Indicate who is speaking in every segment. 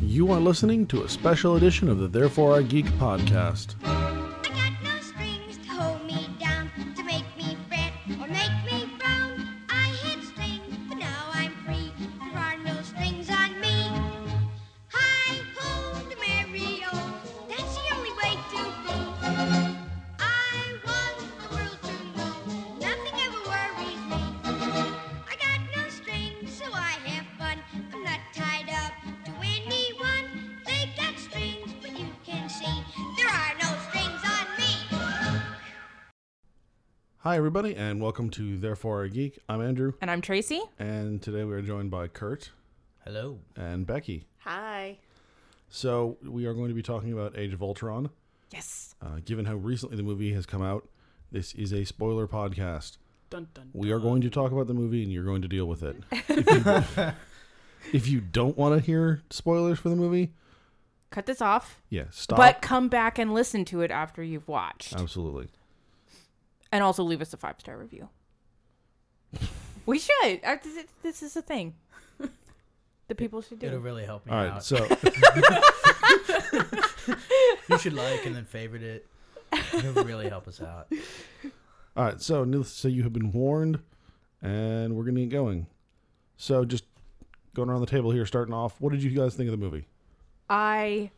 Speaker 1: You are listening to a special edition of the Therefore Our Geek podcast.
Speaker 2: I got no strings to hold me down, to make me fret or make me frown. I had strings, but now I'm free. There are no strings on me. Hi ho, the merry o, that's the only way to be. I want the world to know nothing ever worries me. I got no strings, so I have fun. I'm not tied up to anyone. They got strings, but you can see there are no strings on me.
Speaker 1: Hi, everybody, and welcome to Therefore Our Geek. I'm Andrew,
Speaker 3: And I'm Tracy.
Speaker 1: and today we are joined by Kurt
Speaker 4: Hello.
Speaker 1: and Becky.
Speaker 3: Hi.
Speaker 1: So, we are going to be talking about Age of Ultron.
Speaker 3: Yes.
Speaker 1: Uh, given how recently the movie has come out, this is a spoiler podcast.
Speaker 3: Dun dun.
Speaker 1: We are going to talk about the movie, and you're going to deal with it. If you, if you don't want to hear spoilers for the movie,
Speaker 3: Cut this off,
Speaker 1: yeah, stop.
Speaker 3: but come back and listen to it after you've watched,
Speaker 1: Absolutely.
Speaker 3: and also leave us a five star review. we should. Uh, this is- This is a thing. The people should do.
Speaker 4: It'll
Speaker 3: it.
Speaker 4: really help me
Speaker 1: All right,
Speaker 4: out.
Speaker 1: so
Speaker 4: you should like and then favorite it. It'll really help us out.
Speaker 1: All right, so needless to say, you have been warned, and we're going to get going. So, just going around the table here, starting off, what did you guys think of the movie?
Speaker 3: I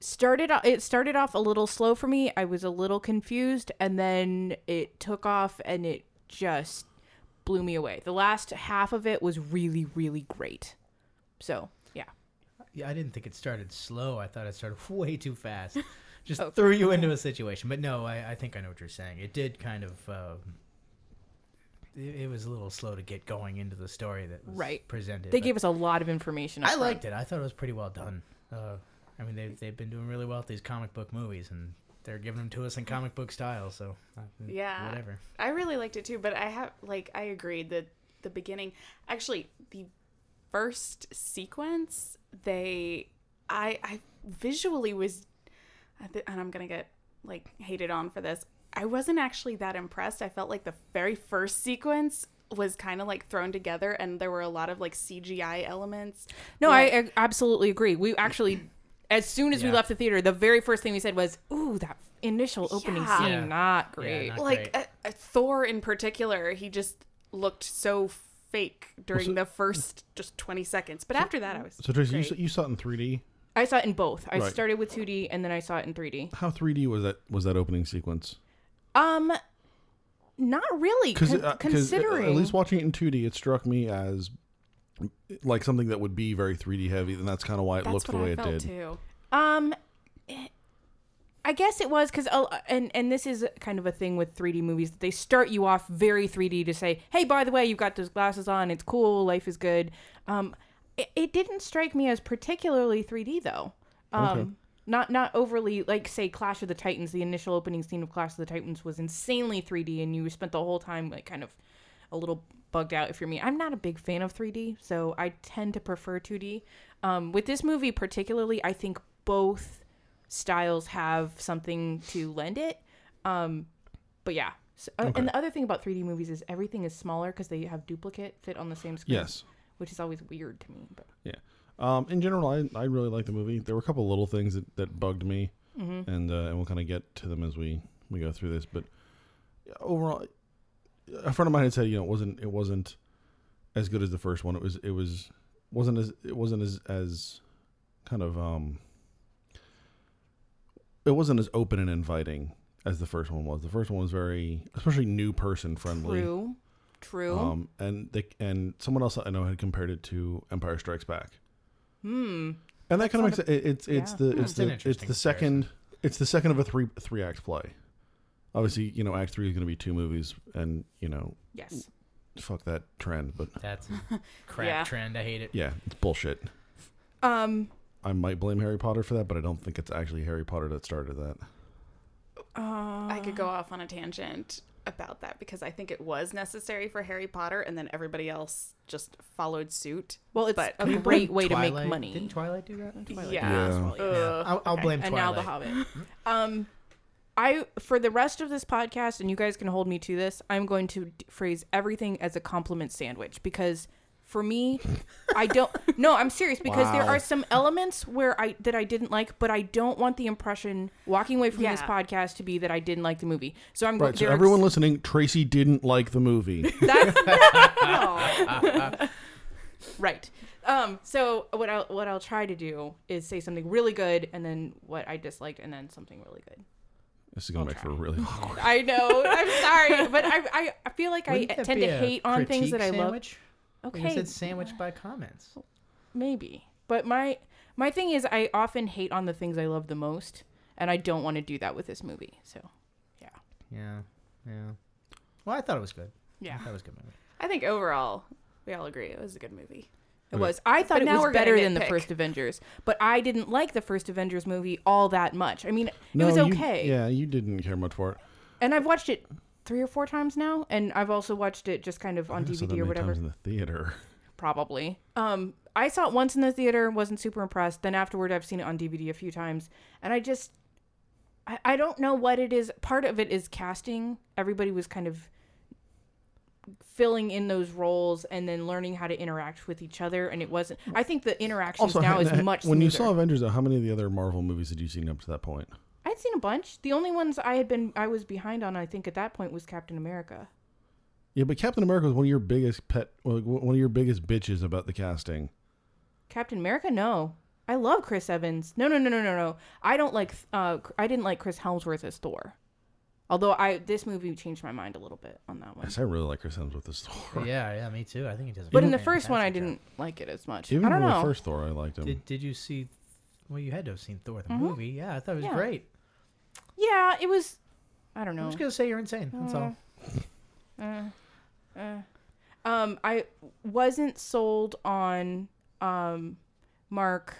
Speaker 3: started. o- It started off a little slow for me. I was a little confused, and then it took off, and it just blew me away. The last half of it was really, really great. So yeah.
Speaker 4: Yeah, I didn't think it started slow. I thought it started way too fast. Just threw you into a situation. But no, I, I think I know what you're saying. It did kind of. Um, it, it was a little slow to get going into the story that was
Speaker 3: Right.
Speaker 4: presented.
Speaker 3: They
Speaker 4: but
Speaker 3: gave us a lot of information.
Speaker 4: I liked it. I thought it was pretty well done. Uh, I mean, they've they've been doing really well with these comic book movies, and they're giving them to us in comic book style. So uh,
Speaker 5: Yeah.
Speaker 4: whatever.
Speaker 5: I really liked it too, but I have like I agreed that the beginning actually the first sequence they I I visually was I thi- and I'm going to get like hated on for this. I wasn't actually that impressed. I felt like the very first sequence was kind of like thrown together and there were a lot of like CGI elements.
Speaker 3: No,
Speaker 5: Like-
Speaker 3: I, I absolutely agree. We actually, as soon as we
Speaker 4: Yeah.
Speaker 3: left the theater, the very first thing we said was, "Ooh, that initial opening
Speaker 5: Yeah.
Speaker 3: scene,
Speaker 4: Yeah.
Speaker 3: not
Speaker 4: Yeah,
Speaker 3: great."
Speaker 4: not-
Speaker 5: like
Speaker 4: great.
Speaker 5: uh, uh, Thor in particular, he just looked so fake during the first just 20 seconds. But after that, I was
Speaker 1: So, Tracy, you, saw-
Speaker 5: great.
Speaker 1: you saw it in 3D.
Speaker 3: I saw it in both. I
Speaker 1: Right.
Speaker 3: started with 2D and then I saw it in 3D.
Speaker 1: How 3D was that? Was that opening sequence?
Speaker 3: Um, not really.
Speaker 1: Because
Speaker 3: con- considering,
Speaker 1: uh, at least watching it in 2D, it struck me as like something that would be very 3D heavy, and that's kind of why it
Speaker 5: That's
Speaker 1: looked the
Speaker 5: what
Speaker 1: way
Speaker 5: I
Speaker 1: it
Speaker 5: felt
Speaker 1: did.
Speaker 5: too.
Speaker 3: um, I guess it was because, and and this is kind of a thing with 3D movies that they start you off very 3D to say, "Hey, by the way, you've got those glasses on. It's cool. Life is good." Um, it, it didn't strike me as particularly 3D though. Um,
Speaker 1: Okay.
Speaker 3: not not overly like say Clash of the Titans. The initial opening scene of Clash of the Titans was insanely 3D, and you spent the whole time like kind of a little bugged out. If you're me, I'm not a big fan of 3D, so I tend to prefer 2D. Um, with this movie particularly, I think both styles have something to lend it. Um, but yeah. So, uh,
Speaker 1: Okay.
Speaker 3: And the other thing about 3D movies is everything is smaller because they have duplicate fit on the same screen.
Speaker 1: Yes.
Speaker 3: Which is always weird to me. But
Speaker 1: Yeah. Um, in general, I, I really liked the movie. There were a couple little things that, that bugged me, and uh, and we'll kind of get to them as we, we go through this. But overall, a friend of mine had said, you know, it wasn't it wasn't as good as the first one. It was it was wasn't as it wasn't as as kind of um it wasn't as open and inviting as the first one was. The first one was very especially new person friendly.
Speaker 3: true. True.
Speaker 1: Um, and they and someone else I know had compared it to Empire Strikes Back. Hmm. And that kind of makes it, it's it's
Speaker 3: yeah.
Speaker 1: the it's
Speaker 4: Hmm. an
Speaker 1: the it's
Speaker 4: interesting
Speaker 1: the second it's the second of a three three act play. Obviously, you know, Act Three is going to be two movies, and you know,
Speaker 3: yes.
Speaker 1: fuck that trend. But
Speaker 4: That's a crap
Speaker 3: Yeah.
Speaker 4: trend. I hate it.
Speaker 1: yeah, it's bullshit.
Speaker 3: Um.
Speaker 1: I might blame Harry Potter for that, but I don't think it's actually Harry Potter that started that.
Speaker 5: I could go off on a tangent about that because I think it was necessary for Harry Potter, and then everybody else just followed suit.
Speaker 3: Well, it's
Speaker 5: But-
Speaker 3: a
Speaker 4: Can we blame
Speaker 3: great way to
Speaker 4: Twilight?
Speaker 3: make money.
Speaker 4: Didn't Twilight do that?
Speaker 5: Yeah.
Speaker 1: Yeah.
Speaker 4: Yeah, I'll, I'll blame
Speaker 3: and now
Speaker 4: Twilight.
Speaker 3: the Hobbit. um, I for the rest of this podcast, and you guys can hold me to this. I'm going to d- phrase everything as a compliment sandwich because for me, I don't. No, I'm serious because there
Speaker 1: Wow.
Speaker 3: are some elements where I that I didn't like, but I don't want the impression walking away from this
Speaker 5: Yeah.
Speaker 3: podcast to be that I didn't like the movie. So I'm
Speaker 1: Right. So
Speaker 3: there are-
Speaker 1: everyone listening, Tracy didn't like the movie.
Speaker 3: That's no. right. Um, so what I'll what I'll try to do is say something really good, and then what I disliked, and then something really good.
Speaker 1: this is gonna make for a really awkward.
Speaker 3: I
Speaker 5: oh,
Speaker 3: know. I'm sorry, but I I, I feel like
Speaker 4: Wouldn't
Speaker 3: I
Speaker 4: that
Speaker 3: tend
Speaker 4: be
Speaker 3: to
Speaker 4: a
Speaker 3: hate on things
Speaker 4: critique
Speaker 3: that I love.
Speaker 4: sandwich? Like I
Speaker 3: Okay,
Speaker 4: said sandwiched by comments.
Speaker 3: maybe. But my my thing is, I often hate on the things I love the most, and I don't want to do that with this movie. So yeah,
Speaker 4: Yeah, yeah. Well, I thought it was good.
Speaker 3: yeah.
Speaker 4: That was a good movie.
Speaker 5: I think overall, we all agree it was a good movie.
Speaker 3: It was. I thought
Speaker 5: But
Speaker 3: it
Speaker 5: now
Speaker 3: was
Speaker 5: we're gonna
Speaker 3: better than the
Speaker 5: nitpick.
Speaker 3: first Avengers, but I didn't like the first Avengers movie all that much. I mean,
Speaker 1: No,
Speaker 3: it was
Speaker 1: you-
Speaker 3: okay.
Speaker 1: yeah, you didn't care much for it.
Speaker 3: And I've watched it three or four times now, and I've also watched it just kind of on
Speaker 1: I saw that
Speaker 3: DVD or
Speaker 1: many
Speaker 3: whatever.
Speaker 1: Times in the theater.
Speaker 3: Probably. Um, I saw it once in the theater, wasn't super impressed. Then afterward, I've seen it on DVD a few times, and I just, I, I don't know what it is. Part of it is casting. Everybody was kind of filling in those roles and then learning how to interact with each other and it wasn't i think the interactions now
Speaker 1: ha-
Speaker 3: is
Speaker 1: ha-
Speaker 3: much
Speaker 1: when you saw
Speaker 3: smoother.
Speaker 1: Avengers, how many of the other Marvel movies had you seen up to that point?
Speaker 3: I'd seen a bunch. The only ones I had been I was behind on, I think at that point, was Captain America.
Speaker 1: Yeah, but Captain America was one of your biggest pet, like, w- one of your biggest bitches about the casting.
Speaker 3: Captain America? No, I love Chris Evans. No, no, no, no, no, no. I don't like. Uh, I didn't like Chris Helmsworth as Thor. Although I this movie changed my mind a little bit on that one.
Speaker 1: Yes, I really like Chris Hemsworth as Thor.
Speaker 4: Yeah, yeah, me too. I think it does. a
Speaker 3: But in the first one, I
Speaker 4: fantastic job.
Speaker 3: didn't like it as much.
Speaker 1: Even
Speaker 3: I don't
Speaker 1: in
Speaker 3: know.
Speaker 1: the first Thor, I liked him.
Speaker 4: Did Did you see? Well, you had to have seen Thor the movie. Yeah, I thought it was
Speaker 3: Mm-hmm. Yeah.
Speaker 4: great.
Speaker 3: Yeah, it was. I don't
Speaker 4: I'm
Speaker 3: know.
Speaker 4: just gonna say you're insane. That's
Speaker 3: Uh,
Speaker 4: all.
Speaker 3: Um, I wasn't sold on um, Mark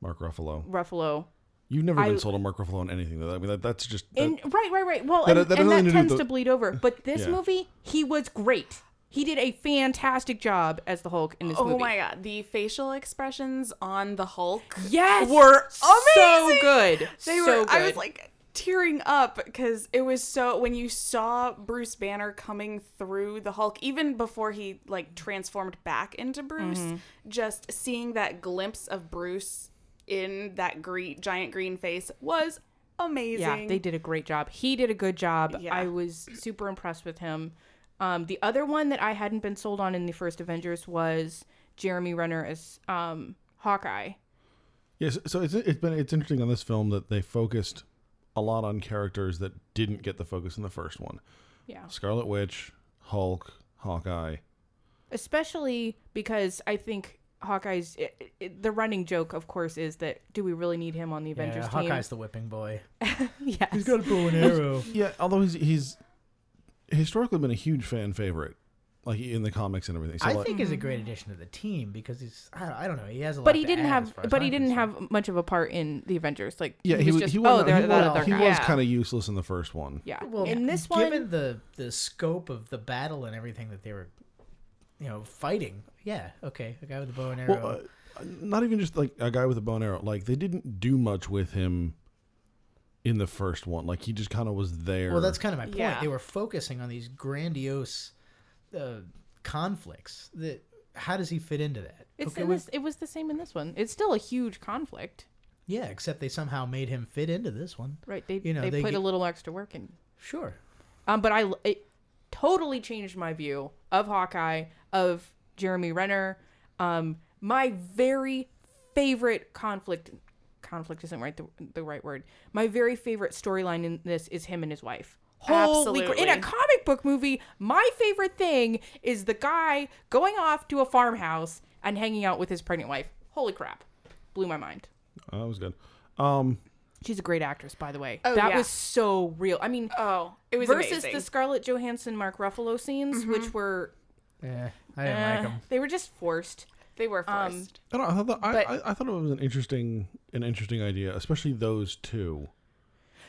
Speaker 1: Mark Ruffalo.
Speaker 3: Ruffalo.
Speaker 1: You've never
Speaker 3: I-
Speaker 1: been sold on Mark Ruffalo on anything though. I mean, that, that's just that-
Speaker 3: And right, right, right. Well,
Speaker 1: That-
Speaker 3: and and
Speaker 1: that
Speaker 3: that,
Speaker 1: has nothing to do with
Speaker 3: tends
Speaker 1: the-
Speaker 3: to bleed over. But this
Speaker 1: Yeah.
Speaker 3: movie, he was great. He did a fantastic job as the Hulk in this
Speaker 5: Oh
Speaker 3: movie.
Speaker 5: my god, the facial expressions on the Hulk.
Speaker 3: Yes,
Speaker 5: were
Speaker 3: so
Speaker 5: amazing!
Speaker 3: good.
Speaker 5: They
Speaker 3: so
Speaker 5: were.
Speaker 3: Good.
Speaker 5: I was like tearing up because it was so. When you saw Bruce Banner coming through the Hulk, even before he like transformed back into Bruce,
Speaker 3: Mm-hmm.
Speaker 5: just seeing that glimpse of Bruce in that green, giant green face was amazing.
Speaker 3: yeah, they did a great job. He did a good job.
Speaker 5: Yeah.
Speaker 3: I was super impressed with him. Um, the other one that I hadn't been sold on in the first Avengers was Jeremy Renner as um, Hawkeye.
Speaker 1: yes. So it's it's been it's interesting on this film that they focused a lot on characters that didn't get the focus in the first one.
Speaker 3: Yeah.
Speaker 1: Scarlet Witch, Hulk, Hawkeye.
Speaker 3: especially because I think Hawkeye's i i the running joke, of course, is that do we really need him on the Avengers
Speaker 4: yeah,
Speaker 3: team?
Speaker 4: Hawkeye's the whipping boy.
Speaker 3: yes.
Speaker 4: He's got a bow and arrow.
Speaker 1: Yeah, although he's he's historically been a huge fan favorite, like in the comics and everything. So
Speaker 4: I
Speaker 1: like,
Speaker 4: think he's a great addition to the team because he's. I, I don't know. He has a
Speaker 3: Mm-hmm.
Speaker 4: lot.
Speaker 3: but he
Speaker 4: to
Speaker 3: didn't
Speaker 4: add
Speaker 3: have,
Speaker 4: as far as
Speaker 3: but he
Speaker 4: I'm
Speaker 3: didn't
Speaker 4: concerned.
Speaker 3: have much of a part in the Avengers. Like
Speaker 1: yeah, he
Speaker 3: was
Speaker 1: was
Speaker 3: just
Speaker 1: he
Speaker 3: oh,
Speaker 1: was
Speaker 3: they're
Speaker 1: he
Speaker 3: that
Speaker 1: was,
Speaker 3: other
Speaker 1: he
Speaker 3: guy.
Speaker 1: was
Speaker 5: Yeah.
Speaker 1: kind of useless in the first one.
Speaker 3: yeah.
Speaker 4: Well,
Speaker 3: in this one,
Speaker 4: given the the scope of the battle and everything that they were, you know, fighting. Yeah. Okay. A guy with a bow and arrow.
Speaker 1: Well, uh, not even just like a guy with a bow and arrow. Like they didn't do much with him in the first one. Like he just kind of was there.
Speaker 4: Well, that's kind of my point.
Speaker 5: Yeah.
Speaker 4: They were focusing on these grandiose uh, conflicts. That how does he fit into that?
Speaker 3: it's
Speaker 4: Okay,
Speaker 3: in
Speaker 4: we-
Speaker 3: this, it was the same in this one. It's still a huge conflict,
Speaker 4: yeah, except they somehow made him fit into this one.
Speaker 3: right? They
Speaker 4: You know,
Speaker 3: they,
Speaker 4: they
Speaker 3: put
Speaker 4: get-
Speaker 3: a little extra work in.
Speaker 4: Sure.
Speaker 3: Um, but I it totally changed my view of Hawkeye, of Jeremy Renner. Um, my very favorite conflict conflict isn't right the, the right word. My very favorite storyline in this is him and his wife. Holy gra- in a
Speaker 5: Absolutely.
Speaker 3: comic book movie, my favorite thing is the guy going off to a farmhouse and hanging out with his pregnant wife. Holy crap. Blew my mind.
Speaker 1: Oh, that was good. Um,
Speaker 3: She's a great actress, by the way.
Speaker 5: Oh,
Speaker 3: that
Speaker 5: yeah.
Speaker 3: was so real. I mean,
Speaker 5: Oh, it was
Speaker 3: versus
Speaker 5: amazing.
Speaker 3: the Scarlett Johansson Mark Ruffalo scenes, which were
Speaker 4: Yeah, I didn't like
Speaker 3: eh,
Speaker 4: him.
Speaker 3: they were just forced.
Speaker 5: they were forced.
Speaker 3: Um,
Speaker 1: I, don't, know, I thought that, I,
Speaker 5: But-
Speaker 1: I, I thought it was an interesting an interesting idea, especially those two.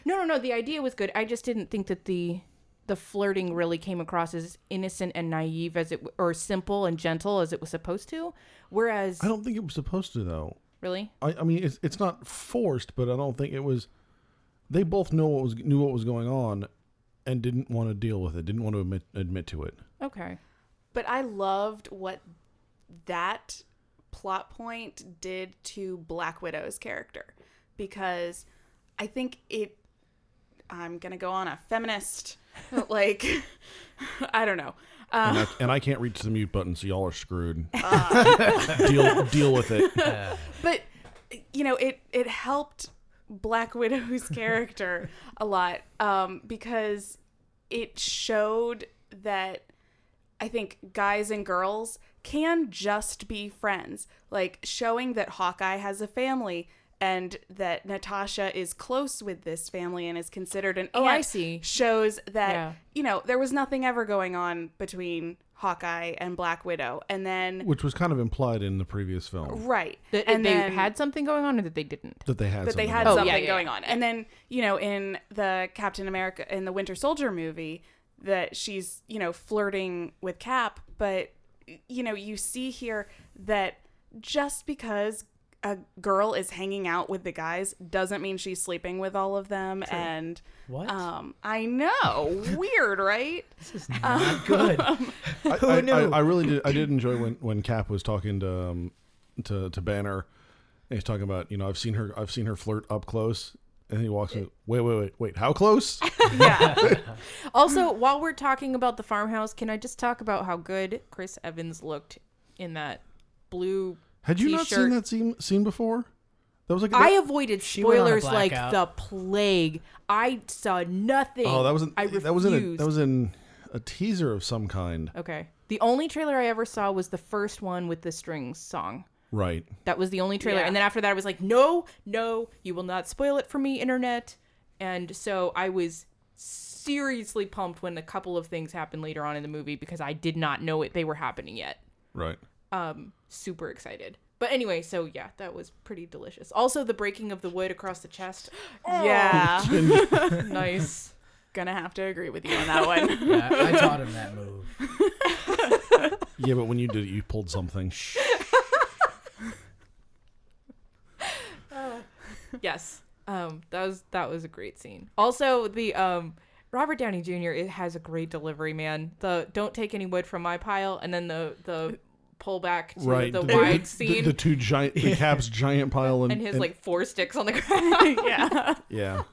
Speaker 3: No, no, no. The idea was good. I just didn't think that the the flirting really came across as innocent and naive as it w- or simple and gentle as it was supposed to. Whereas,
Speaker 1: I don't think it was supposed to though.
Speaker 3: really,
Speaker 1: I, I mean, it's it's not forced, but I don't think it was. They both know what was knew what was going on, and didn't want to deal with it. Didn't want to admit admit to it.
Speaker 3: okay,
Speaker 5: but I loved what that plot point did to Black Widow's character because I think it I'm going to go on a feminist like I don't know. Uh,
Speaker 1: And I, and I can't reach the mute button, so y'all are screwed. deal deal with it.
Speaker 5: but you know it it helped black widow's character a lot um because it showed that i think guys and girls can just be friends like showing that hawkeye has a family and that natasha is close with this family and is considered an
Speaker 3: Oh, I
Speaker 5: aunt
Speaker 3: see.
Speaker 5: shows that
Speaker 3: Yeah.
Speaker 5: you know there was nothing ever going on between hawkeye and black widow and then
Speaker 1: Which was kind of implied in the previous film
Speaker 5: right
Speaker 3: That
Speaker 5: and
Speaker 3: they
Speaker 5: then-
Speaker 3: had something going on or that they didn't.
Speaker 1: that they had.
Speaker 5: but they
Speaker 1: something
Speaker 5: had
Speaker 1: about.
Speaker 3: Oh,
Speaker 5: something
Speaker 3: yeah, yeah,
Speaker 5: going
Speaker 3: yeah.
Speaker 5: on. And then, you know, in the Captain America in the Winter Soldier movie that she's, you know, flirting with Cap, but you know, you see here that just because a girl is hanging out with the guys doesn't mean she's sleeping with all of them and
Speaker 4: What?
Speaker 3: uh,
Speaker 5: um I know, weird, right?
Speaker 4: This is not good. Who
Speaker 1: Oh, I,
Speaker 4: knew?
Speaker 1: I, I really did. I did enjoy when, when Cap was talking to, um, to to Banner. And he's talking about you know I've seen her I've seen her flirt up close, and he walks. in, Wait wait wait wait how close?
Speaker 5: Yeah.
Speaker 3: Also, while we're talking about the farmhouse, can I just talk about how good Chris Evans looked in that blue
Speaker 1: Had you not seen
Speaker 3: T-shirt.
Speaker 1: that scene scene before? That was like
Speaker 3: I avoided
Speaker 4: went on a
Speaker 3: spoilers like
Speaker 4: blackout.
Speaker 3: the plague. I saw nothing.
Speaker 1: oh that was in,
Speaker 3: I
Speaker 1: that was in a,
Speaker 3: refused. Oh.
Speaker 1: that was in a teaser of some kind,
Speaker 3: okay. The only trailer I ever saw was the first one with the strings song.
Speaker 1: right?
Speaker 3: That was the only trailer,
Speaker 5: Yeah.
Speaker 3: and then after that, I was like, "No, no, you will not spoil it for me, internet." And so I was seriously pumped when a couple of things happened later on in the movie because I did not know it they were happening yet.
Speaker 1: Right.
Speaker 3: super excited. But anyway, so yeah, that was pretty delicious. Also, the breaking of the wood across the chest.
Speaker 5: yeah.
Speaker 3: nice.
Speaker 5: Gonna have to agree with you on that one.
Speaker 4: Yeah, I taught him that move.
Speaker 1: Yeah, but when you did it, you pulled something.
Speaker 3: Yes. Um, that was that was a great scene. Also, the um, Robert Downey Jr. It has a great delivery, man. The don't take any wood from my pile, and then the the pull back to
Speaker 1: right.
Speaker 3: the wide
Speaker 1: The,
Speaker 3: scene
Speaker 1: the two giant, the Cap's giant pile, and,
Speaker 3: and his like four sticks on the ground.
Speaker 5: yeah.
Speaker 1: yeah.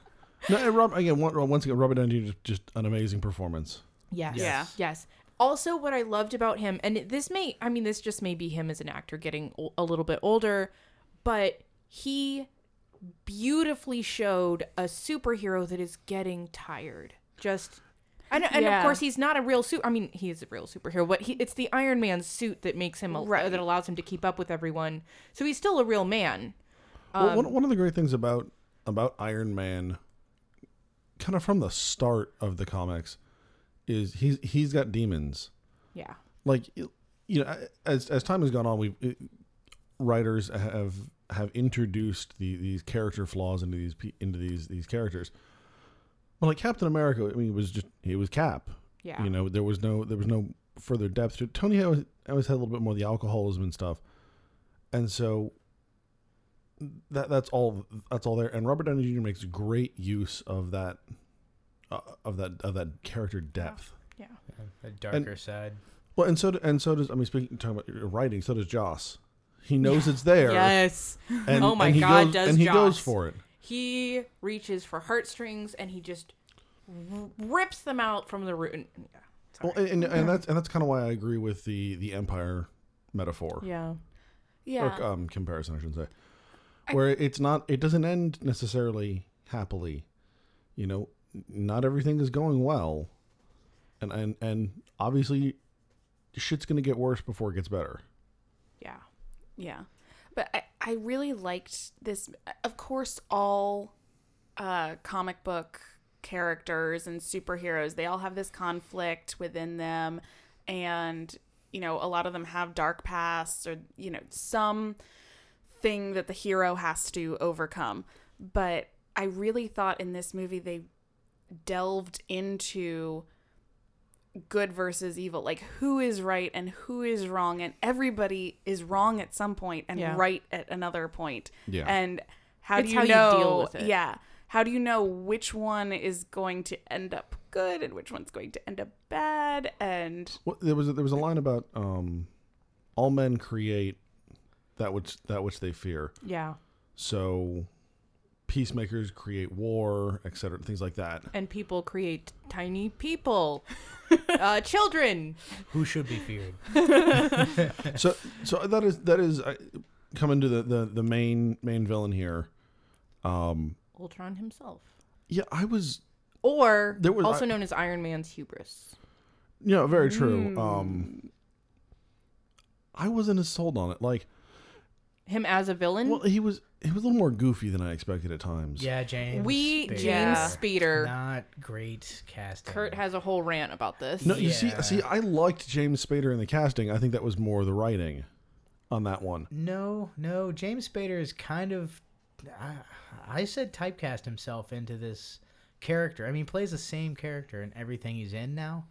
Speaker 1: No, and Rob again. one- Once again, Robert Downey Jr. just, just an amazing performance.
Speaker 3: Yes.
Speaker 5: Yeah.
Speaker 3: Yes. Also, what I loved about him, and this may, I mean, this just may be him as an actor getting o- a little bit older, but he beautifully showed a superhero that is getting tired. Just, and, and
Speaker 5: Yeah.
Speaker 3: of course, he's not a real suit. I mean, he is a real superhero, but he, it's the Iron Man suit that makes him, a,
Speaker 5: Right.
Speaker 3: that allows him to keep up with everyone. So he's still a real man.
Speaker 1: well,
Speaker 3: Um,
Speaker 1: one, one of the great things about about Iron Man, kind of from the start of the comics, is he's he's got demons.
Speaker 3: Yeah.
Speaker 1: Like you know, as as time has gone on, we have writers have have introduced the, these character flaws into these pe- into these these characters. Well, like Captain America, I mean, it was just he was Cap.
Speaker 3: Yeah.
Speaker 1: You know, there was no there was no further depth to it. Tony always, always had a little bit more of the alcoholism and stuff, and so that that's all that's all there. And Robert Downey Jr. makes great use of that uh, of that of that character depth.
Speaker 3: Yeah.
Speaker 4: The darker side.
Speaker 1: Well, and so do, and so does I mean, speaking talking about your writing, so does Joss. He knows it's there.
Speaker 3: Yes.
Speaker 1: And,
Speaker 3: Oh my
Speaker 1: and he
Speaker 3: God,
Speaker 1: goes,
Speaker 3: does
Speaker 1: and he goes
Speaker 3: Joss.
Speaker 1: for it.
Speaker 3: he reaches for heartstrings and he just r- rips them out from the root. and- Yeah.
Speaker 1: Well, and, and, and that's and that's kind of why I agree with the the empire metaphor.
Speaker 3: Yeah.
Speaker 5: Yeah.
Speaker 1: or um, comparison, I should say, where it's not, it doesn't end necessarily happily. You know, not everything is going well, and and and obviously, shit's gonna get worse before it gets better.
Speaker 3: Yeah.
Speaker 5: Yeah. But I, I really liked this. Of course, all uh, comic book characters and superheroes, they all have this conflict within them. And, you know, a lot of them have dark pasts or, you know, some thing that the hero has to overcome. But I really thought in this movie they delved into good versus evil like who is right and who is wrong and everybody is wrong at some point and
Speaker 3: Yeah.
Speaker 5: right at another point
Speaker 1: Yeah.
Speaker 5: and how
Speaker 3: It's
Speaker 5: do you
Speaker 3: how
Speaker 5: know
Speaker 3: you deal with it.
Speaker 5: yeah how do you know which one is going to end up good and which one's going to end up bad and
Speaker 1: Well, there was a, there was a line about um, all men create that which that which they fear.
Speaker 3: Yeah.
Speaker 1: So peacemakers create war, etc., things like that.
Speaker 3: And people create tiny people, uh, children.
Speaker 4: Who should be feared?
Speaker 1: so so that is that is uh, coming to the, the the main main villain here.
Speaker 3: Ultron himself.
Speaker 1: Yeah, I was
Speaker 3: Or
Speaker 1: There was-
Speaker 3: also
Speaker 1: I-
Speaker 3: known as Iron Man's hubris.
Speaker 1: Yeah, very true.
Speaker 4: Mm.
Speaker 1: Um I wasn't as sold on it. Like,
Speaker 3: Him as a villain.
Speaker 1: well, he was he was a little more goofy than I expected at times.
Speaker 4: Yeah, James.
Speaker 3: we
Speaker 4: Spader.
Speaker 3: James
Speaker 5: Yeah.
Speaker 3: Spader.
Speaker 4: Not great casting.
Speaker 3: Kurt has a whole rant about this.
Speaker 1: No, you see,
Speaker 4: Yeah.
Speaker 1: see, I liked James Spader in the casting. I think that was more the writing on that one.
Speaker 4: No, no. James Spader is kind of. I, I said typecast himself into this character. I mean, he plays the same character in everything he's in now.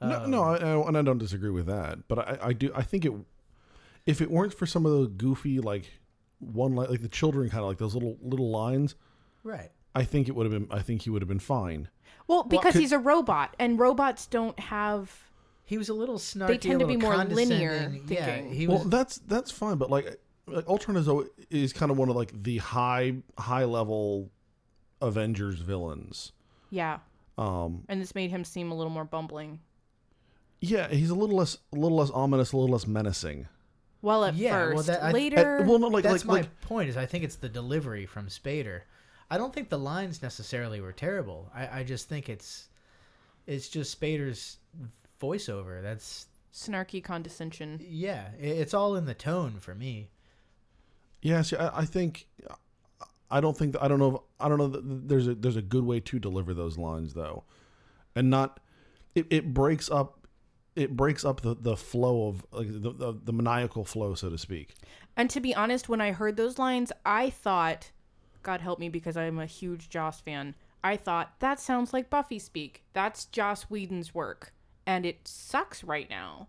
Speaker 1: no, no,
Speaker 4: Oh.
Speaker 1: I, I- and I don't disagree with that. But I, I do. I think it. If it weren't for some of the goofy, like one, li- like the children, kind of like those little little lines,
Speaker 4: Right.
Speaker 1: I think it would have been. I think he would have been fine.
Speaker 3: Well, because
Speaker 1: could-
Speaker 3: he's a robot, and robots don't have.
Speaker 4: He was a little snarky.
Speaker 3: tend
Speaker 4: a
Speaker 3: to
Speaker 4: little
Speaker 3: be more linear
Speaker 4: condescending. Yeah,
Speaker 3: thinking.
Speaker 4: he
Speaker 1: Well,
Speaker 4: was.
Speaker 1: that's that's fine. But like, like Ultron is always, is kind of one of like the high high level Avengers villains.
Speaker 3: Yeah,
Speaker 1: Um,
Speaker 3: and this made him seem a little more bumbling.
Speaker 1: Yeah, he's a little less, a little less ominous, a little less menacing.
Speaker 3: Well, at
Speaker 4: Yeah, well,
Speaker 3: first,
Speaker 4: that- I-
Speaker 1: At-
Speaker 3: later,
Speaker 1: well, no, like,
Speaker 4: that's
Speaker 1: like,
Speaker 4: my
Speaker 1: like-
Speaker 4: point. Is I think it's the delivery from Spader. I don't think the lines necessarily were terrible. I, I just think it's, it's just Spader's voiceover. That's
Speaker 3: snarky condescension.
Speaker 4: yeah. i- It's all in the tone for me.
Speaker 1: yeah. See, I, I think, I don't think, I don't know, if, I don't know. That there's a there's a good way to deliver those lines though, and not, it, it breaks up, it breaks up the the flow of like the, the the maniacal flow, so to speak.
Speaker 3: And to be honest, when I heard those lines, I thought, God help me, because I'm a huge Joss fan. I thought that sounds like Buffy speak. That's Joss Whedon's work, and it sucks right now.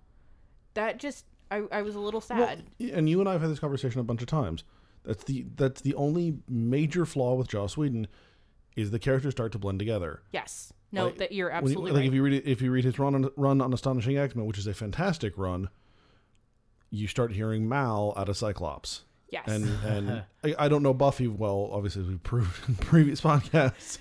Speaker 3: That just, I, I was a little sad.
Speaker 1: And you and I have had this conversation a bunch of times. That's the that's the only major flaw with Joss Whedon, is the characters start to blend together.
Speaker 3: yes, no,
Speaker 1: Like,
Speaker 3: that you're
Speaker 1: when you-
Speaker 3: absolutely
Speaker 1: like
Speaker 3: right.
Speaker 1: if you read it, if you read his run on, run on Astonishing X Men, which is a fantastic run, you start hearing Mal out of Cyclops,
Speaker 3: yes,
Speaker 1: and and I, I don't know Buffy well. Obviously, as we proved in previous podcasts.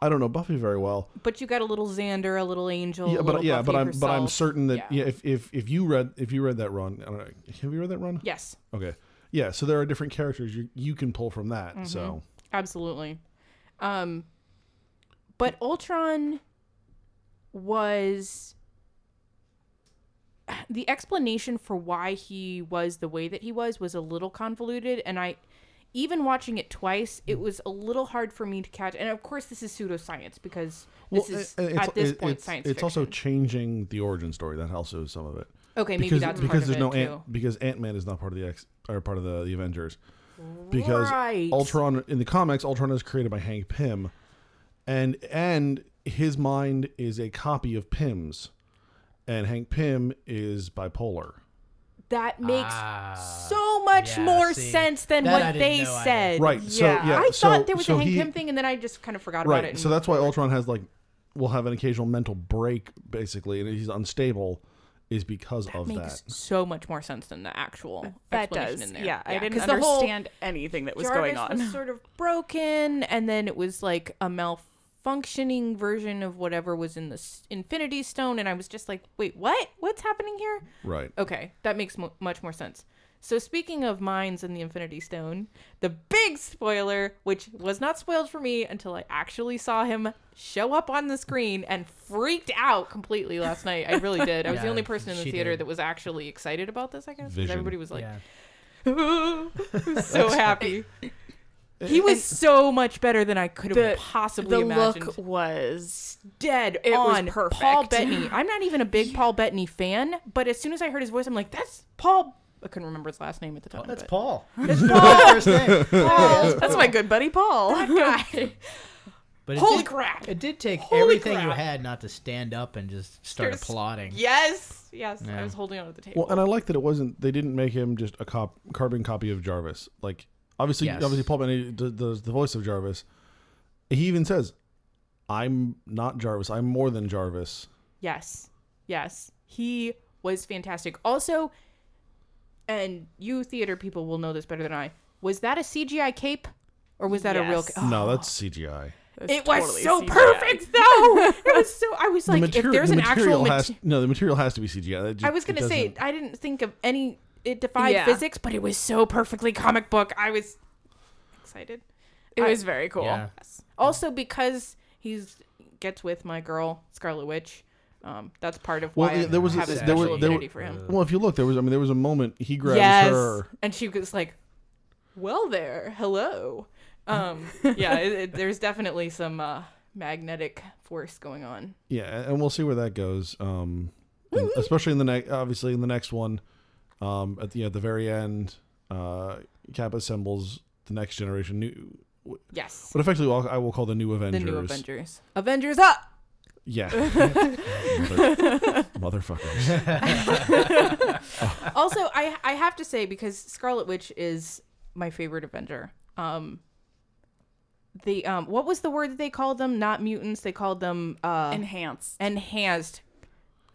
Speaker 1: I don't know Buffy very well.
Speaker 3: but you got a little Xander, a little Angel.
Speaker 1: yeah,
Speaker 3: a
Speaker 1: but
Speaker 3: little
Speaker 1: yeah, but
Speaker 3: Buffy
Speaker 1: I'm but I'm
Speaker 3: herself.
Speaker 1: certain that
Speaker 3: Yeah.
Speaker 1: yeah. if if if you read if you read that run, I don't know, have you read that run?
Speaker 3: Yes,
Speaker 1: Okay. Yeah, so there are different characters you you can pull from that.
Speaker 3: Mm-hmm.
Speaker 1: So
Speaker 3: Absolutely. Um but Ultron was the explanation for why he was the way that he was was a little convoluted and I even watching it twice, it was a little hard for me to catch. And of course, this is pseudoscience because this
Speaker 1: Well,
Speaker 3: is
Speaker 1: it- it's-
Speaker 3: at this
Speaker 1: it-
Speaker 3: point
Speaker 1: it's,
Speaker 3: science
Speaker 1: It's also
Speaker 3: fiction.
Speaker 1: changing the origin story. That also is some of it.
Speaker 3: okay. Maybe
Speaker 1: because,
Speaker 3: that's
Speaker 1: because
Speaker 3: part
Speaker 1: there's
Speaker 3: of
Speaker 1: no
Speaker 3: it
Speaker 1: Ant
Speaker 3: too.
Speaker 1: because Ant Man is not part of the X or part of the, the Avengers because
Speaker 3: Right.
Speaker 1: Ultron in the comics Ultron is created by Hank Pym, and and his mind is a copy of Pym's, and Hank Pym is bipolar.
Speaker 3: That makes
Speaker 4: Ah,
Speaker 3: so much
Speaker 4: yeah,
Speaker 3: more
Speaker 4: see,
Speaker 3: sense than
Speaker 4: that I
Speaker 3: what
Speaker 4: didn't
Speaker 3: they
Speaker 4: know I had.
Speaker 3: said.
Speaker 1: Right, so, yeah,
Speaker 3: I
Speaker 1: Uh, so-
Speaker 3: thought there was
Speaker 1: so
Speaker 3: a Hank
Speaker 1: he-
Speaker 3: Pym thing, and then I just kind of forgot about it.
Speaker 1: Right,
Speaker 3: and-
Speaker 1: so that's why Ultron has like will have an occasional mental break basically, and he's unstable, is because of
Speaker 3: makes
Speaker 1: that.
Speaker 3: so much more sense than the actual
Speaker 5: That
Speaker 3: explanation
Speaker 5: does.
Speaker 3: in there.
Speaker 5: Yeah, I didn't
Speaker 3: 'cause the whole
Speaker 5: understand anything that was
Speaker 3: Jarvis
Speaker 5: going on.
Speaker 3: was sort of broken, and then it was like a malfunctioning version of whatever was in the s- Infinity Stone, and I was just like, wait, what? What's happening here?
Speaker 1: Right.
Speaker 3: Okay, that makes mo- much more sense. So speaking of mines and the Infinity Stone, the big spoiler, which was not spoiled for me until I actually saw him show up on the screen and freaked out completely last night. I really did. I was the
Speaker 4: Yeah,
Speaker 3: only person in the
Speaker 4: she
Speaker 3: theater
Speaker 4: did.
Speaker 3: that was actually excited about this. I guess 'cause
Speaker 1: Vision.
Speaker 3: everybody was like,
Speaker 4: yeah.
Speaker 5: Uh,
Speaker 3: so happy. He was so much better than I could have
Speaker 5: the
Speaker 3: possibly
Speaker 5: the
Speaker 3: imagined.
Speaker 5: look was
Speaker 3: dead
Speaker 5: It was
Speaker 3: on
Speaker 5: perfect.
Speaker 3: Paul Bettany. I'm not even a big Paul Bettany fan, but as soon as I heard his voice, I'm like, that's Paul. I couldn't remember his last name at the time.
Speaker 4: That's
Speaker 3: but-
Speaker 4: Paul. That's Paul. First name.
Speaker 3: Paul.
Speaker 5: that's my good buddy Paul.
Speaker 3: guy.
Speaker 4: But it
Speaker 3: Holy
Speaker 4: did-
Speaker 3: crap.
Speaker 4: It did take
Speaker 3: Holy
Speaker 4: everything you
Speaker 3: crap.
Speaker 4: had not to stand up and just start
Speaker 3: There's-
Speaker 4: applauding.
Speaker 3: Yes. Yes. I
Speaker 4: Yeah.
Speaker 3: was holding on to the table.
Speaker 1: Well, uh, and I like that it wasn't. They didn't make him just a cop, carbon copy of Jarvis. Like obviously,
Speaker 4: Yes.
Speaker 1: obviously, Paul Bettany d- does the voice of Jarvis. He even says, "I'm not Jarvis. I'm more than Jarvis."
Speaker 3: Yes. Yes. He was fantastic. Also, and you theater people will know this better than I. Was that a CGI cape, or was that a real?
Speaker 5: Yes.
Speaker 3: Ca- oh,
Speaker 1: No, that's CGI.
Speaker 3: It was
Speaker 5: totally
Speaker 3: so
Speaker 5: CGI.
Speaker 3: perfect, though. It was so. I was like,
Speaker 1: materi-
Speaker 3: if there's an actual,
Speaker 1: has,
Speaker 3: mate-
Speaker 1: no, the material has to be CGI. That ju-
Speaker 3: I was
Speaker 1: it
Speaker 3: gonna say
Speaker 1: doesn't-
Speaker 3: I didn't think of any. It defied
Speaker 5: Yeah.
Speaker 3: physics, but it was so perfectly comic book. I was excited.
Speaker 5: It
Speaker 3: I-
Speaker 5: was very cool.
Speaker 4: Yeah.
Speaker 3: Also because he's gets with my girl Scarlet Witch. Um, that's part of
Speaker 1: Well,
Speaker 3: why
Speaker 1: yeah,
Speaker 3: I
Speaker 1: there was a-
Speaker 3: have a
Speaker 1: there
Speaker 3: special
Speaker 1: were- there
Speaker 3: affinity
Speaker 1: were-
Speaker 3: for him.
Speaker 1: Well, if you look, there was. I mean, there was a moment he grabs
Speaker 3: yes,
Speaker 1: her.
Speaker 3: and she was like, "Well, there, hello." Um, yeah, it, it, there's definitely some uh, magnetic force going on.
Speaker 1: Yeah, a- and we'll see where that goes. Um, and
Speaker 3: Mm-hmm.
Speaker 1: especially in the next, obviously in the next one, um, at the at the very end, uh, Cap assembles the next generation new.
Speaker 3: Yes,
Speaker 1: What effectively I'll- I will call the new
Speaker 3: the
Speaker 1: Avengers.
Speaker 3: new Avengers. Avengers up.
Speaker 1: Yeah. Mother- motherfuckers.
Speaker 3: also, I I have to say because Scarlet Witch is my favorite Avenger. Um, the um, what was the word that they called them? Not mutants. They called them uh,
Speaker 5: Enhanced.
Speaker 3: enhanced.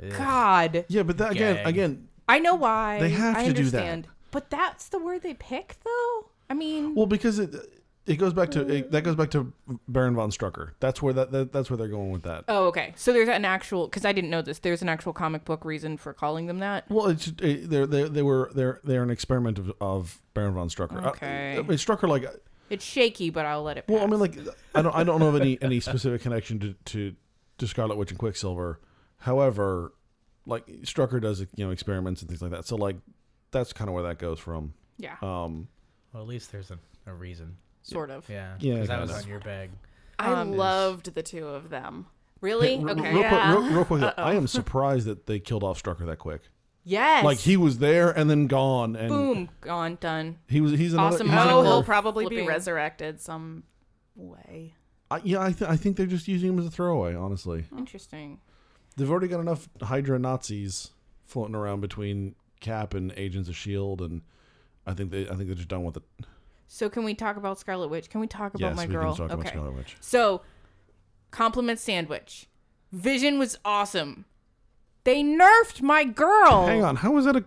Speaker 4: Ugh.
Speaker 3: God,
Speaker 1: Yeah, but that again,
Speaker 4: Gag.
Speaker 1: again,
Speaker 3: I know why.
Speaker 1: They have
Speaker 3: I
Speaker 1: to do that.
Speaker 3: understand. But that's the word they picked, though. I mean,
Speaker 1: well, because it it goes back to
Speaker 3: Mm-hmm.
Speaker 1: it, that goes back to Baron von Strucker. That's where that, that that's where they're going with that.
Speaker 3: oh, okay. So there's an actual because I didn't know this. There's an actual comic book reason for calling them that.
Speaker 1: Well, it's it, they're they they were they're they're an experiment of, of Baron von Strucker. I-
Speaker 3: Okay.
Speaker 1: I, mean, Strucker like
Speaker 3: It's shaky, but I'll let it. Pass.
Speaker 1: well, I mean like I don't I don't know of any any specific connection to to, to Scarlet Witch and Quicksilver. However, like Strucker does you know experiments and things like that. So like that's kind of where that goes from.
Speaker 3: yeah,
Speaker 1: Um,
Speaker 4: Well, at least there's a, a reason.
Speaker 3: sort of.
Speaker 4: Yeah.
Speaker 1: Yeah,
Speaker 4: Because I was
Speaker 1: kinda.
Speaker 4: on your bag.
Speaker 5: I
Speaker 3: Um,
Speaker 5: loved the two of them.
Speaker 3: Really?
Speaker 1: Re-
Speaker 3: Okay.
Speaker 1: Real,
Speaker 5: Yeah.
Speaker 1: quick, real, real quick, I am surprised that they killed off Strucker that quick.
Speaker 3: Yes.
Speaker 1: Like he was there and then gone, and
Speaker 3: boom, gone, done.
Speaker 1: he was he's another.
Speaker 3: Awesome
Speaker 1: he's
Speaker 3: move.
Speaker 5: Oh,
Speaker 1: another-
Speaker 5: he'll probably
Speaker 3: Flipping.
Speaker 5: be resurrected some way.
Speaker 1: I, yeah, I, th- I think they're just using him as a throwaway. Honestly,
Speaker 3: Interesting.
Speaker 1: they've already got enough Hydra Nazis floating around between Cap and Agents of Shield, E and I think they I think they're just done with it.
Speaker 3: So can we talk about Scarlet Witch? Can we talk about
Speaker 1: yes,
Speaker 3: my
Speaker 1: we
Speaker 3: girl?
Speaker 1: can talk about
Speaker 3: okay.
Speaker 1: Scarlet Witch.
Speaker 3: So, compliment sandwich. Vision was awesome. They nerfed my girl.
Speaker 1: Hang on, how is that a?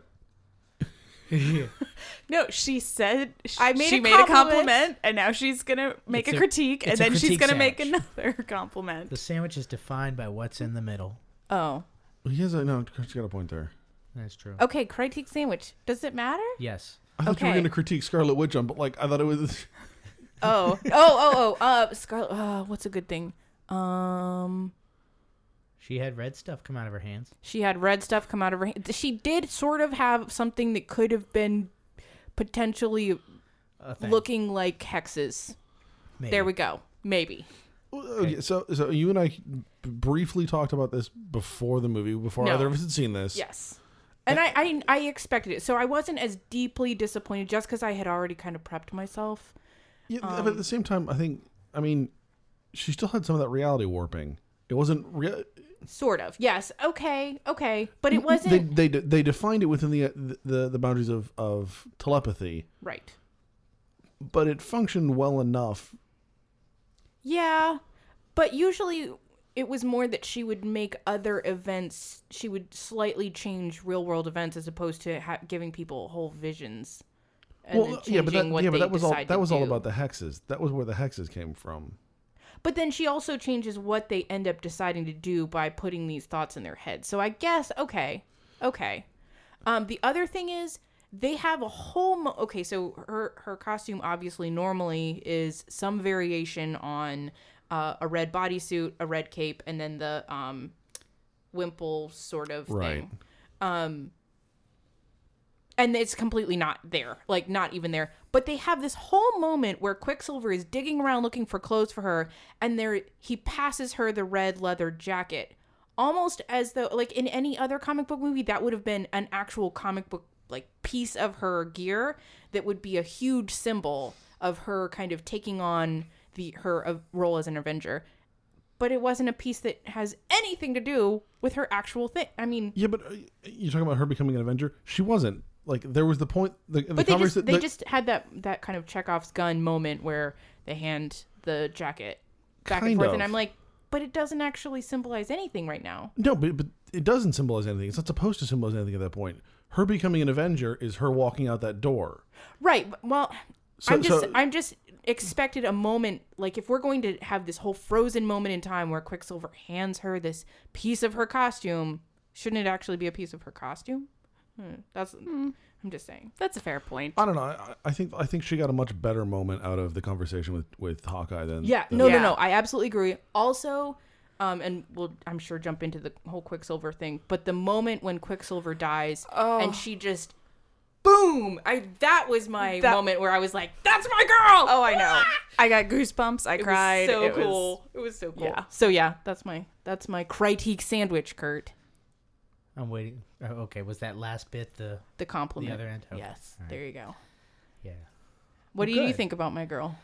Speaker 5: No, she said sh-
Speaker 3: I made
Speaker 5: she
Speaker 3: a
Speaker 5: made a
Speaker 3: compliment.
Speaker 5: compliment, and now she's gonna make
Speaker 4: It's
Speaker 5: a,
Speaker 4: a-
Speaker 5: critique, and
Speaker 4: it's a
Speaker 5: then she's
Speaker 4: critique
Speaker 5: gonna make
Speaker 4: sandwich.
Speaker 5: another
Speaker 4: The
Speaker 5: compliment.
Speaker 4: sandwich is defined by what's in the middle.
Speaker 3: Oh.
Speaker 1: He has a no. Kurt's got a point there.
Speaker 4: That's true.
Speaker 3: Okay, critique sandwich. Does it matter?
Speaker 4: Yes.
Speaker 1: I thought you were
Speaker 3: Okay.
Speaker 1: going to critique Scarlet Witch on, but like I thought it was.
Speaker 3: Oh. oh, oh, oh. Uh Scarlet uh, what's a good thing? Um
Speaker 4: She had red stuff come out of her hands.
Speaker 3: she had red stuff come out of her hand. She did sort of have something that could have been potentially
Speaker 4: A thing,
Speaker 3: looking like hexes.
Speaker 4: maybe.
Speaker 3: There we go. Maybe.
Speaker 1: Okay, so so you and I b- briefly talked about this before the movie, before
Speaker 3: No.
Speaker 1: either of us had seen this.
Speaker 3: Yes. And I, I I expected it. So I wasn't as deeply disappointed just because I had already kind of prepped myself.
Speaker 1: Yeah, th-
Speaker 3: um,
Speaker 1: but at the same time, I think I mean, she still had some of that reality warping. It wasn't real.
Speaker 3: Sort of. Yes. Okay. Okay. But it
Speaker 1: They
Speaker 3: wasn't
Speaker 1: they de- they defined it within the, uh, the the the boundaries of of telepathy,
Speaker 3: right.
Speaker 1: but it functioned well enough.
Speaker 3: Yeah. But usually it was more that she would make other events, she would slightly change real world events as opposed to ha- giving people whole visions. And then changing what they
Speaker 1: that was all
Speaker 3: decide to
Speaker 1: that was all
Speaker 3: do.
Speaker 1: about the hexes. That was where the hexes came from.
Speaker 3: But then she also changes what they end up deciding to do by putting these thoughts in their head. So I guess okay, okay. Um, the other thing is they have a whole. Mo- okay, so her her costume obviously normally is some variation on uh, a red bodysuit, a red cape, and then the um, wimple sort of
Speaker 1: Right.
Speaker 3: thing. Um, and it's completely not there, like not even there. But they have this whole moment where Quicksilver is digging around looking for clothes for her, and there he passes her the red leather jacket, almost as though, like in any other comic book movie, that would have been an actual comic book like piece of her gear that would be a huge symbol of her kind of taking on the her uh, role as an Avenger. But it wasn't a piece that has anything to do with her actual thing. I mean,
Speaker 1: Yeah, but uh, you're talking about her becoming an Avenger. She wasn't. Like there was the point. The, the
Speaker 3: but they just
Speaker 1: conversa-
Speaker 3: they
Speaker 1: the-
Speaker 3: just had that that kind of Chekhov's gun moment where they hand the jacket back
Speaker 1: Kind
Speaker 3: and forth, and
Speaker 1: of.
Speaker 3: I'm like, but it doesn't actually symbolize anything right now.
Speaker 1: No, but, but it doesn't symbolize anything. It's not supposed to symbolize anything at that point. her becoming an Avenger is her walking out that door.
Speaker 3: Right. but- Well,
Speaker 1: So-
Speaker 3: I'm just
Speaker 1: so-
Speaker 3: I'm just expected a moment like if we're going to have this whole frozen moment in time where Quicksilver hands her this piece of her costume, shouldn't it actually be a piece of her costume? Hmm, that's I'm just saying.
Speaker 5: That's a fair point.
Speaker 1: I don't know. I, I think I think she got a much better moment out of the conversation with with Hawkeye than
Speaker 3: Yeah,
Speaker 1: than-
Speaker 3: no,
Speaker 5: Yeah.
Speaker 3: no, no. I absolutely agree. Also, um, and we'll I'm sure jump into the whole Quicksilver thing, but the moment when Quicksilver dies and she just boom, I that was my
Speaker 5: That-
Speaker 3: moment where I was like, that's my girl.
Speaker 5: Oh, I know. I got goosebumps. I cried.
Speaker 3: so
Speaker 5: It was-
Speaker 3: cool. it was so cool.
Speaker 5: Yeah.
Speaker 3: So yeah, that's my that's my critique sandwich, Kurt.
Speaker 4: I'm waiting. Oh, okay, was that last bit the?
Speaker 3: The compliment.
Speaker 4: other end? Okay.
Speaker 3: Yes.
Speaker 4: All right.
Speaker 3: There you go.
Speaker 4: Yeah.
Speaker 3: What do you
Speaker 4: good.
Speaker 3: think about my girl?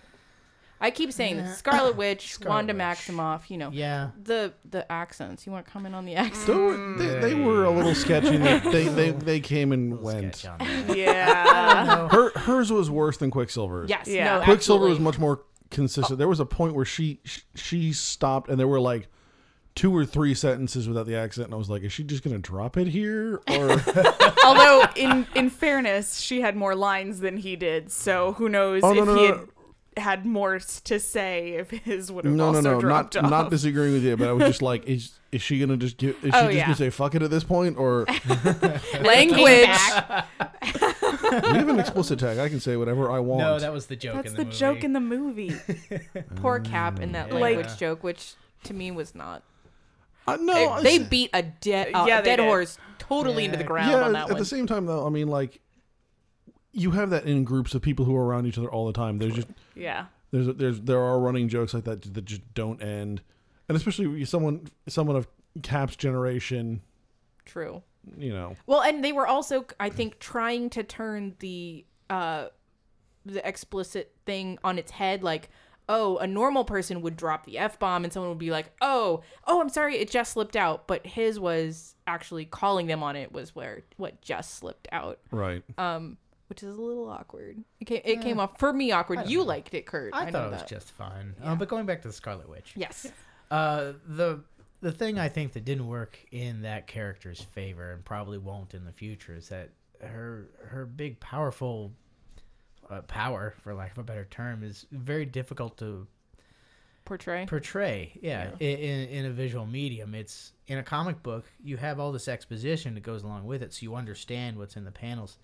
Speaker 3: I keep saying this. Scarlet Witch, Wanda
Speaker 4: Scarlet Witch.
Speaker 3: Maximoff, you know.
Speaker 4: Yeah.
Speaker 3: The the accents. You want to comment on the accents?
Speaker 1: They were, they, they were a little sketchy. They, they, they, they came and went.
Speaker 4: Sketch on that.
Speaker 5: Yeah.
Speaker 3: Oh.
Speaker 1: Her hers was worse than Quicksilver's.
Speaker 3: Yes.
Speaker 5: Yeah.
Speaker 3: No,
Speaker 1: Quicksilver was
Speaker 3: absolutely.
Speaker 1: much more consistent. There was a point where she sh- she stopped, and there were like two or three sentences without the accent, and I was like, "Is she just gonna drop it here?" Or
Speaker 5: Although in in fairness, she had more lines than he did, so who knows
Speaker 1: Oh,
Speaker 5: if
Speaker 1: no, no,
Speaker 5: he
Speaker 1: no.
Speaker 5: had had more to say if his would have
Speaker 1: no, no,
Speaker 5: also
Speaker 1: no,
Speaker 5: dropped
Speaker 1: not
Speaker 5: off.
Speaker 1: not disagreeing with you, but I was just like, "Is is she gonna just give? Is she
Speaker 5: Oh,
Speaker 1: just
Speaker 5: yeah.
Speaker 1: gonna say fuck it at this point?" Or
Speaker 5: language.
Speaker 1: we have an explicit tag. I can say whatever I want.
Speaker 4: No, that was the joke.
Speaker 5: That's
Speaker 4: in
Speaker 5: the,
Speaker 4: the,
Speaker 5: joke
Speaker 4: movie.
Speaker 5: in the movie.
Speaker 3: Poor Cap in that
Speaker 4: Yeah.
Speaker 3: language
Speaker 4: Like-
Speaker 3: joke, which to me was not.
Speaker 1: Uh, no,
Speaker 4: Oh,
Speaker 1: I-
Speaker 3: They beat a dead uh,
Speaker 5: Yeah, they
Speaker 3: dead
Speaker 5: did.
Speaker 3: horse totally into the
Speaker 4: Yeah.
Speaker 3: ground on that
Speaker 1: at
Speaker 3: one.
Speaker 1: the same time, though, I mean, like, you have that in groups of people who are around each other all the time. There's just
Speaker 5: yeah.
Speaker 1: there's there's there are running jokes like that that just don't end, and especially when you- someone someone of Cap's generation,
Speaker 3: True.
Speaker 1: you know,
Speaker 3: Well, and they were also, I think, trying to turn the uh, the explicit thing on its head. Like, oh, a normal person would drop the f bomb, and someone would be like, "Oh, oh, I'm sorry, it just slipped out." But his was actually calling them on it was where what just slipped out,
Speaker 1: right?
Speaker 3: which is a little awkward. It came, it came off for me awkward. You liked it, Kurt.
Speaker 4: I,
Speaker 3: know
Speaker 4: thought it was
Speaker 3: that.
Speaker 4: just fine. Uh, but going back to the Scarlet Witch.
Speaker 3: yes.
Speaker 4: Uh, the the thing I think that didn't work in that character's favor and probably won't in the future is that her her big powerful uh, power, for lack of a better term, is very difficult to
Speaker 3: Portray.
Speaker 4: portray. Yeah, i In, in a visual medium, it's in a comic book. You have all this exposition that goes along with it, so you understand what's in the panels.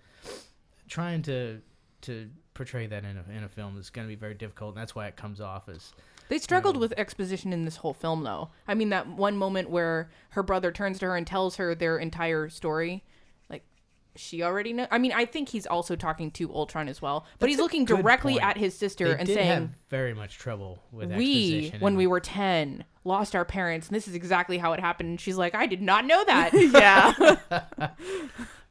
Speaker 4: Trying to to portray that in a, in a film is going to be very difficult, and that's why it comes off as
Speaker 3: They struggled with exposition in this whole film, though. I mean, that one moment where her brother turns to her and tells her their entire story, like she already know. I mean, I think he's also talking to Ultron as well, but he's
Speaker 4: a
Speaker 3: looking
Speaker 4: good
Speaker 3: directly
Speaker 4: point.
Speaker 3: at his sister
Speaker 4: they
Speaker 3: and
Speaker 4: did
Speaker 3: saying,
Speaker 4: have very much trouble with
Speaker 3: "We,
Speaker 4: exposition
Speaker 3: when
Speaker 4: and-
Speaker 3: we were ten, lost our parents, and this is exactly how it happened." And she's like, "I did not know that."
Speaker 5: Yeah.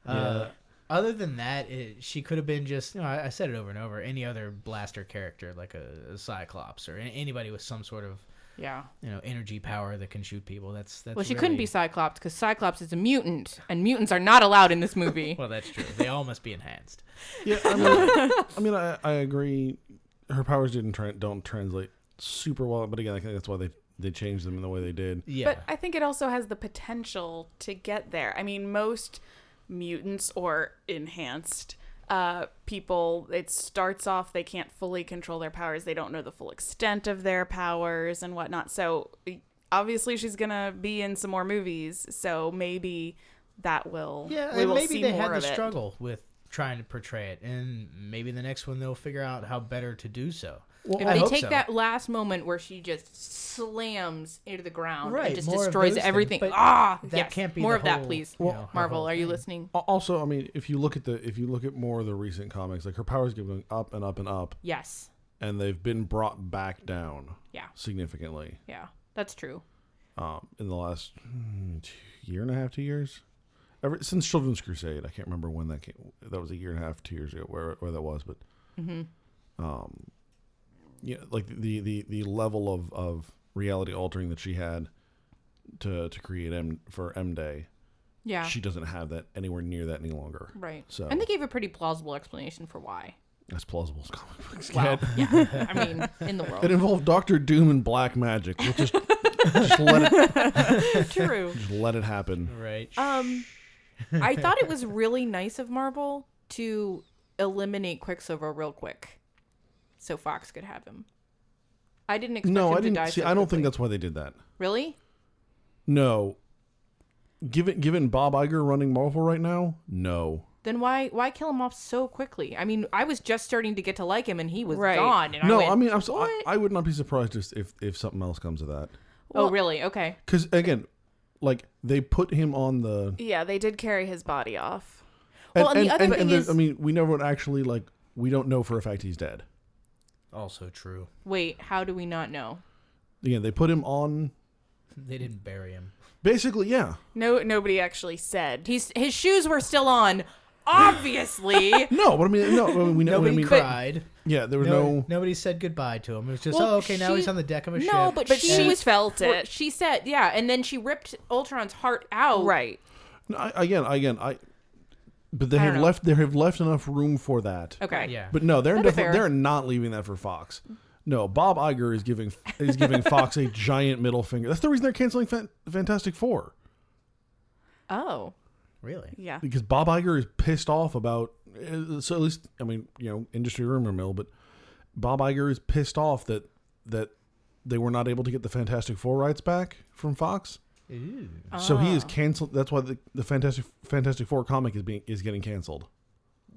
Speaker 4: Uh, Other than that, it, she could have been just, you know, I, I said it over and over, any other blaster character, like a, a Cyclops or an- anybody with some sort of,
Speaker 3: yeah.
Speaker 4: you know, energy power that can shoot people. That's, that's
Speaker 3: Well, she couldn't be
Speaker 4: really-
Speaker 3: Cyclops because Cyclops is a mutant, and mutants are not allowed in this movie.
Speaker 4: Well, that's true. They all must be enhanced.
Speaker 1: Yeah, I mean, I, mean I, I agree. Her powers didn't tra- don't translate super well, but again, I think that's why they they changed them in the way they did.
Speaker 4: Yeah.
Speaker 5: But I think it also has the potential to get there. I mean, most mutants or enhanced uh, people, it starts off they can't fully control their powers. They don't know the full extent of their powers and whatnot. So e- obviously, she's gonna be in some more movies. So maybe that will.
Speaker 4: yeah,
Speaker 5: we
Speaker 4: and
Speaker 5: will
Speaker 4: maybe
Speaker 5: see
Speaker 4: they
Speaker 5: more
Speaker 4: had the
Speaker 5: of it.
Speaker 4: struggle with trying to portray it. And maybe the next one they'll figure out how better to do so. Well,
Speaker 3: If they take that last moment where she just slams into the ground
Speaker 4: Right,
Speaker 3: and just
Speaker 4: more of
Speaker 3: destroys
Speaker 4: those
Speaker 3: everything,
Speaker 4: things, but
Speaker 3: ah,
Speaker 4: that
Speaker 3: yes,
Speaker 4: can't be
Speaker 3: more
Speaker 4: the
Speaker 3: of that,
Speaker 4: whole,
Speaker 3: please.
Speaker 4: you know, her
Speaker 3: Marvel,
Speaker 4: whole
Speaker 3: are you
Speaker 4: thing.
Speaker 3: listening?
Speaker 1: Al- Also, I mean, if you look at the if you look at more of the recent comics, like her powers keep going up and up and up,
Speaker 3: Yes,
Speaker 1: and they've been brought back down
Speaker 3: yeah,
Speaker 1: significantly
Speaker 3: yeah, that's true.
Speaker 1: um, in the last hmm, two- year and a half, two years. Ever since Children's Crusade, I can't remember when that came. That was a year and a half, two years ago, where where that was, but
Speaker 3: Mm-hmm.
Speaker 1: um, yeah, like the the the level of of reality altering that she had to to create M for M Day,
Speaker 3: Yeah,
Speaker 1: she doesn't have that anywhere near that any longer.
Speaker 3: right.
Speaker 1: So-
Speaker 3: and they gave a pretty plausible explanation for why.
Speaker 1: That's plausible as comic books
Speaker 3: Wow.
Speaker 1: get.
Speaker 3: yeah, I mean, in the
Speaker 1: It
Speaker 3: world,
Speaker 1: involved Doctor Doom and black magic. We'll just just let it
Speaker 3: true.
Speaker 1: just let it happen.
Speaker 3: Uh,
Speaker 4: Right.
Speaker 5: Um,
Speaker 3: I thought it was really nice of Marvel to eliminate Quicksilver real quick, so Fox could have him. I didn't expect
Speaker 1: No,
Speaker 3: him
Speaker 1: I
Speaker 3: to die.
Speaker 1: didn't see.
Speaker 3: so
Speaker 1: I don't
Speaker 3: quickly.
Speaker 1: think that's why they did that.
Speaker 3: really.
Speaker 1: No. Given given Bob Iger running Marvel right now, no.
Speaker 3: Then why why kill him off so quickly? I mean, I was just starting to get to like him, and he was
Speaker 5: Right.
Speaker 3: gone. And
Speaker 1: no,
Speaker 3: I, went,
Speaker 1: I mean, I'm so, I,
Speaker 3: "What?"
Speaker 1: I would not be surprised if if, if something else comes of that.
Speaker 3: oh really? Okay.
Speaker 1: Because again, like they put him on the.
Speaker 5: Yeah, they did carry his body off.
Speaker 3: Well, and the other thing
Speaker 1: the-
Speaker 3: is-
Speaker 1: I mean, we never actually like. We don't know for a fact he's dead.
Speaker 4: Also true.
Speaker 3: Wait, how do we not know?
Speaker 1: Again, they put him on.
Speaker 4: They didn't bury him.
Speaker 1: Basically, yeah.
Speaker 5: No, nobody actually said.
Speaker 3: He's his shoes were still on, obviously.
Speaker 1: No, but I mean, no. I mean, we know. I
Speaker 4: Nobody
Speaker 1: mean,
Speaker 4: cried.
Speaker 1: yeah, there was
Speaker 4: No,
Speaker 1: no.
Speaker 4: nobody said goodbye to him. It was just,
Speaker 3: Well,
Speaker 4: oh, okay, now
Speaker 3: she-
Speaker 4: he's on the deck of a ship.
Speaker 3: No, but,
Speaker 5: But
Speaker 3: she,
Speaker 5: she
Speaker 3: was
Speaker 5: felt
Speaker 3: for-
Speaker 5: it.
Speaker 3: She said, yeah, and then she ripped Ultron's heart out.
Speaker 5: Right.
Speaker 1: no, I, again, again, I. But they
Speaker 3: I
Speaker 1: have
Speaker 3: don't know.
Speaker 1: left. They have left enough room for that.
Speaker 3: Okay.
Speaker 4: yeah,
Speaker 1: But no, they're
Speaker 3: That'd be
Speaker 1: definitely
Speaker 3: fair.
Speaker 1: they're not leaving that for Fox. No, Bob Iger is giving is giving Fox a giant middle finger. That's the reason they're canceling Fan- Fantastic Four
Speaker 3: Oh.
Speaker 4: really,
Speaker 5: Yeah.
Speaker 1: because Bob Iger is pissed off about. uh, So at least I mean you know industry rumor mill, but Bob Iger is pissed off that that they were not able to get the Fantastic Four rights back from Fox.
Speaker 4: Ooh.
Speaker 1: So he is canceled. That's why the, the Fantastic Fantastic Four comic is being is getting canceled.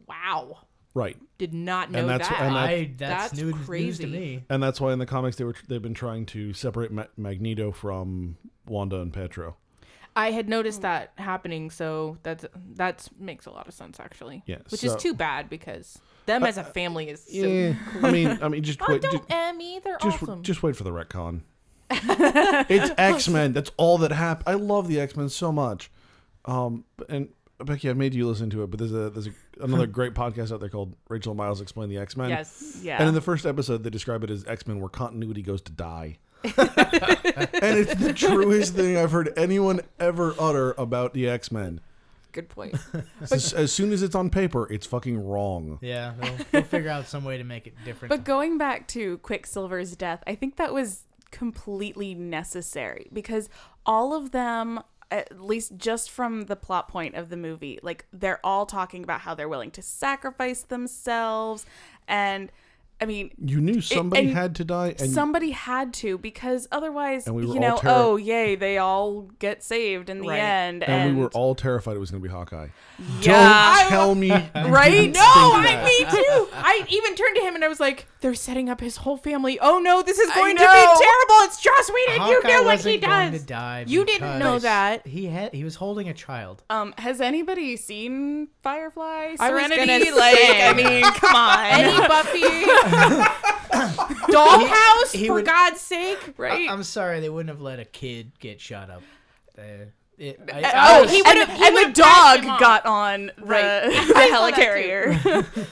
Speaker 3: Wow.
Speaker 1: Right,
Speaker 3: Did not know
Speaker 1: And that's-
Speaker 3: that.
Speaker 1: and
Speaker 4: I that's,
Speaker 3: That's
Speaker 4: new news
Speaker 3: crazy.
Speaker 4: to me.
Speaker 1: and that's why in the comics they were they've been trying to separate Ma- Magneto from Wanda and Petro.
Speaker 3: I had noticed that happening, so that's that's makes a lot of sense actually.
Speaker 1: Yeah,
Speaker 3: Which
Speaker 1: so-
Speaker 3: is too bad because them as a family is so
Speaker 1: Yeah, I mean, I mean, just
Speaker 3: Oh,
Speaker 1: wait,
Speaker 3: don't
Speaker 1: just,
Speaker 3: Emmy, they're
Speaker 1: just,
Speaker 3: awesome.
Speaker 1: just wait for the retcon. it's X Men. That's all that happened. I love the X Men so much. Um, and Becky, I made you listen to it, but there's a there's a, another great podcast out there called Rachel Miles Explain the X Men.
Speaker 3: yes.
Speaker 5: Yeah.
Speaker 1: And in the first episode, they describe it as X Men, where continuity goes to die. and it's the truest thing I've heard anyone ever utter about the X Men.
Speaker 3: Good point.
Speaker 1: As, as soon as it's on paper, it's fucking wrong.
Speaker 4: Yeah, they'll, they'll figure out some way to make it different.
Speaker 5: But going back to Quicksilver's death, I think that was completely necessary because all of them, at least just from the plot point of the movie, like they're all talking about how they're willing to sacrifice themselves. And I mean,
Speaker 1: You knew somebody
Speaker 5: and
Speaker 1: had to die, and
Speaker 5: somebody had to because otherwise,
Speaker 1: And we were
Speaker 5: you
Speaker 1: all
Speaker 5: know,
Speaker 1: terri-
Speaker 5: oh, yay, they all get saved in the
Speaker 3: Right.
Speaker 5: end.
Speaker 1: and, we were all terrified it was going to be Hawkeye.
Speaker 5: Yeah.
Speaker 1: Don't tell me, you
Speaker 5: Right?
Speaker 1: didn't
Speaker 5: No,
Speaker 1: think
Speaker 3: I
Speaker 1: that.
Speaker 3: me too. I even turned to him and I was like, "They're setting up his whole family. Oh no, this is going to be
Speaker 5: know.
Speaker 3: terrible. It's Joss Whedon.
Speaker 4: Hawkeye
Speaker 3: you know what
Speaker 4: wasn't
Speaker 3: he
Speaker 4: going to
Speaker 3: does.
Speaker 4: die
Speaker 3: You didn't know
Speaker 4: because
Speaker 3: that.
Speaker 4: he had he was holding a child.
Speaker 5: Um, has anybody seen Firefly?
Speaker 3: I was
Speaker 5: Serenity?
Speaker 3: gonna
Speaker 5: like,
Speaker 3: say.
Speaker 5: I mean, come on.
Speaker 3: Eddie Buffy, Dollhouse,
Speaker 4: he Uh, um,
Speaker 3: for
Speaker 4: would-
Speaker 3: God's sake.
Speaker 5: right?
Speaker 4: I, am sorry, they wouldn't have let a kid get shot up. Uh, it- I- I
Speaker 5: oh,
Speaker 4: was-
Speaker 5: he
Speaker 3: and-
Speaker 5: and,
Speaker 3: he
Speaker 5: and
Speaker 3: would've
Speaker 5: the
Speaker 3: dragged
Speaker 5: dog
Speaker 3: him off.
Speaker 5: got on the,
Speaker 3: Right.
Speaker 5: the
Speaker 3: saw that
Speaker 5: helicarrier.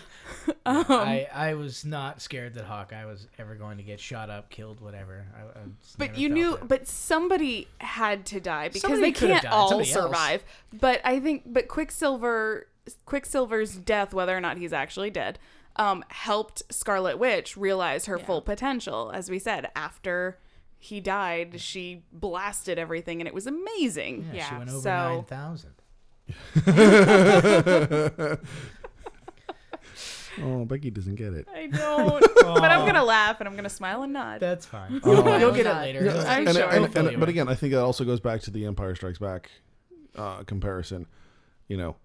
Speaker 4: I, I was not scared that Hawkeye was ever going to get shot up, killed, whatever. I, I just
Speaker 5: But
Speaker 4: never
Speaker 5: you
Speaker 4: felt
Speaker 5: knew,
Speaker 4: it.
Speaker 5: but somebody had to die because
Speaker 4: Somebody
Speaker 5: they
Speaker 4: could have
Speaker 5: can't
Speaker 4: died,
Speaker 5: all
Speaker 4: somebody else.
Speaker 5: survive. But I think, but Quicksilver, Quicksilver's death, whether or not he's actually dead, um, helped Scarlet Witch realize her full potential. As we said, after he died, she blasted everything, and it was amazing.
Speaker 4: yeah, she
Speaker 3: yeah,
Speaker 4: went over
Speaker 5: so-
Speaker 4: nine thousand.
Speaker 1: Oh, Becky doesn't get it.
Speaker 5: I don't, but I'm gonna laugh and I'm gonna smile and nod.
Speaker 4: That's fine.
Speaker 1: Oh.
Speaker 4: You'll get it
Speaker 3: God.
Speaker 4: later.
Speaker 5: I'm
Speaker 1: and,
Speaker 5: sure.
Speaker 1: and-
Speaker 4: Hopefully
Speaker 1: and-
Speaker 4: you
Speaker 1: but
Speaker 4: will.
Speaker 1: again, I think that also goes back to the Empire Strikes Back uh, comparison. You know,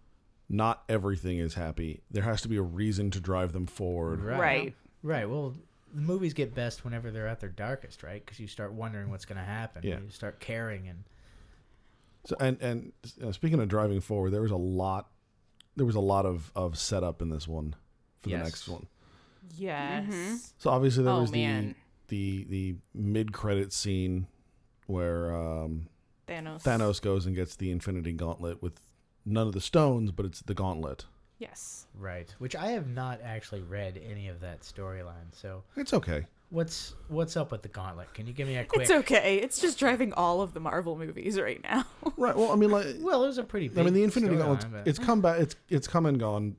Speaker 1: not everything is happy. There has to be a reason to drive them forward.
Speaker 4: Right.
Speaker 5: Right.
Speaker 4: Right. Well, the movies get best whenever they're at their darkest, right? Because you start wondering what's going to happen.
Speaker 1: Yeah.
Speaker 4: You start caring, and
Speaker 1: So, and and uh, speaking of driving forward, there was a lot. There was a lot of of setup in this one for the
Speaker 4: Yes.
Speaker 1: next one.
Speaker 3: Yes.
Speaker 1: So obviously there
Speaker 3: Oh,
Speaker 1: was
Speaker 3: man.
Speaker 1: the the the mid credit scene where um,
Speaker 3: Thanos.
Speaker 1: Thanos goes and gets the Infinity Gauntlet with none of the stones, but it's the gauntlet.
Speaker 3: Yes.
Speaker 4: right. Which I have not actually read any of that storyline. So
Speaker 1: It's okay.
Speaker 4: what's what's up with the gauntlet? Can you give me a quick?
Speaker 5: It's okay. It's just driving all of the Marvel movies right now.
Speaker 1: Right. Well, I mean, like,
Speaker 4: Well, it was a pretty. Big
Speaker 1: I mean, the Infinity Gauntlet.
Speaker 4: storyline, but-
Speaker 1: It's come back. It's it's come and gone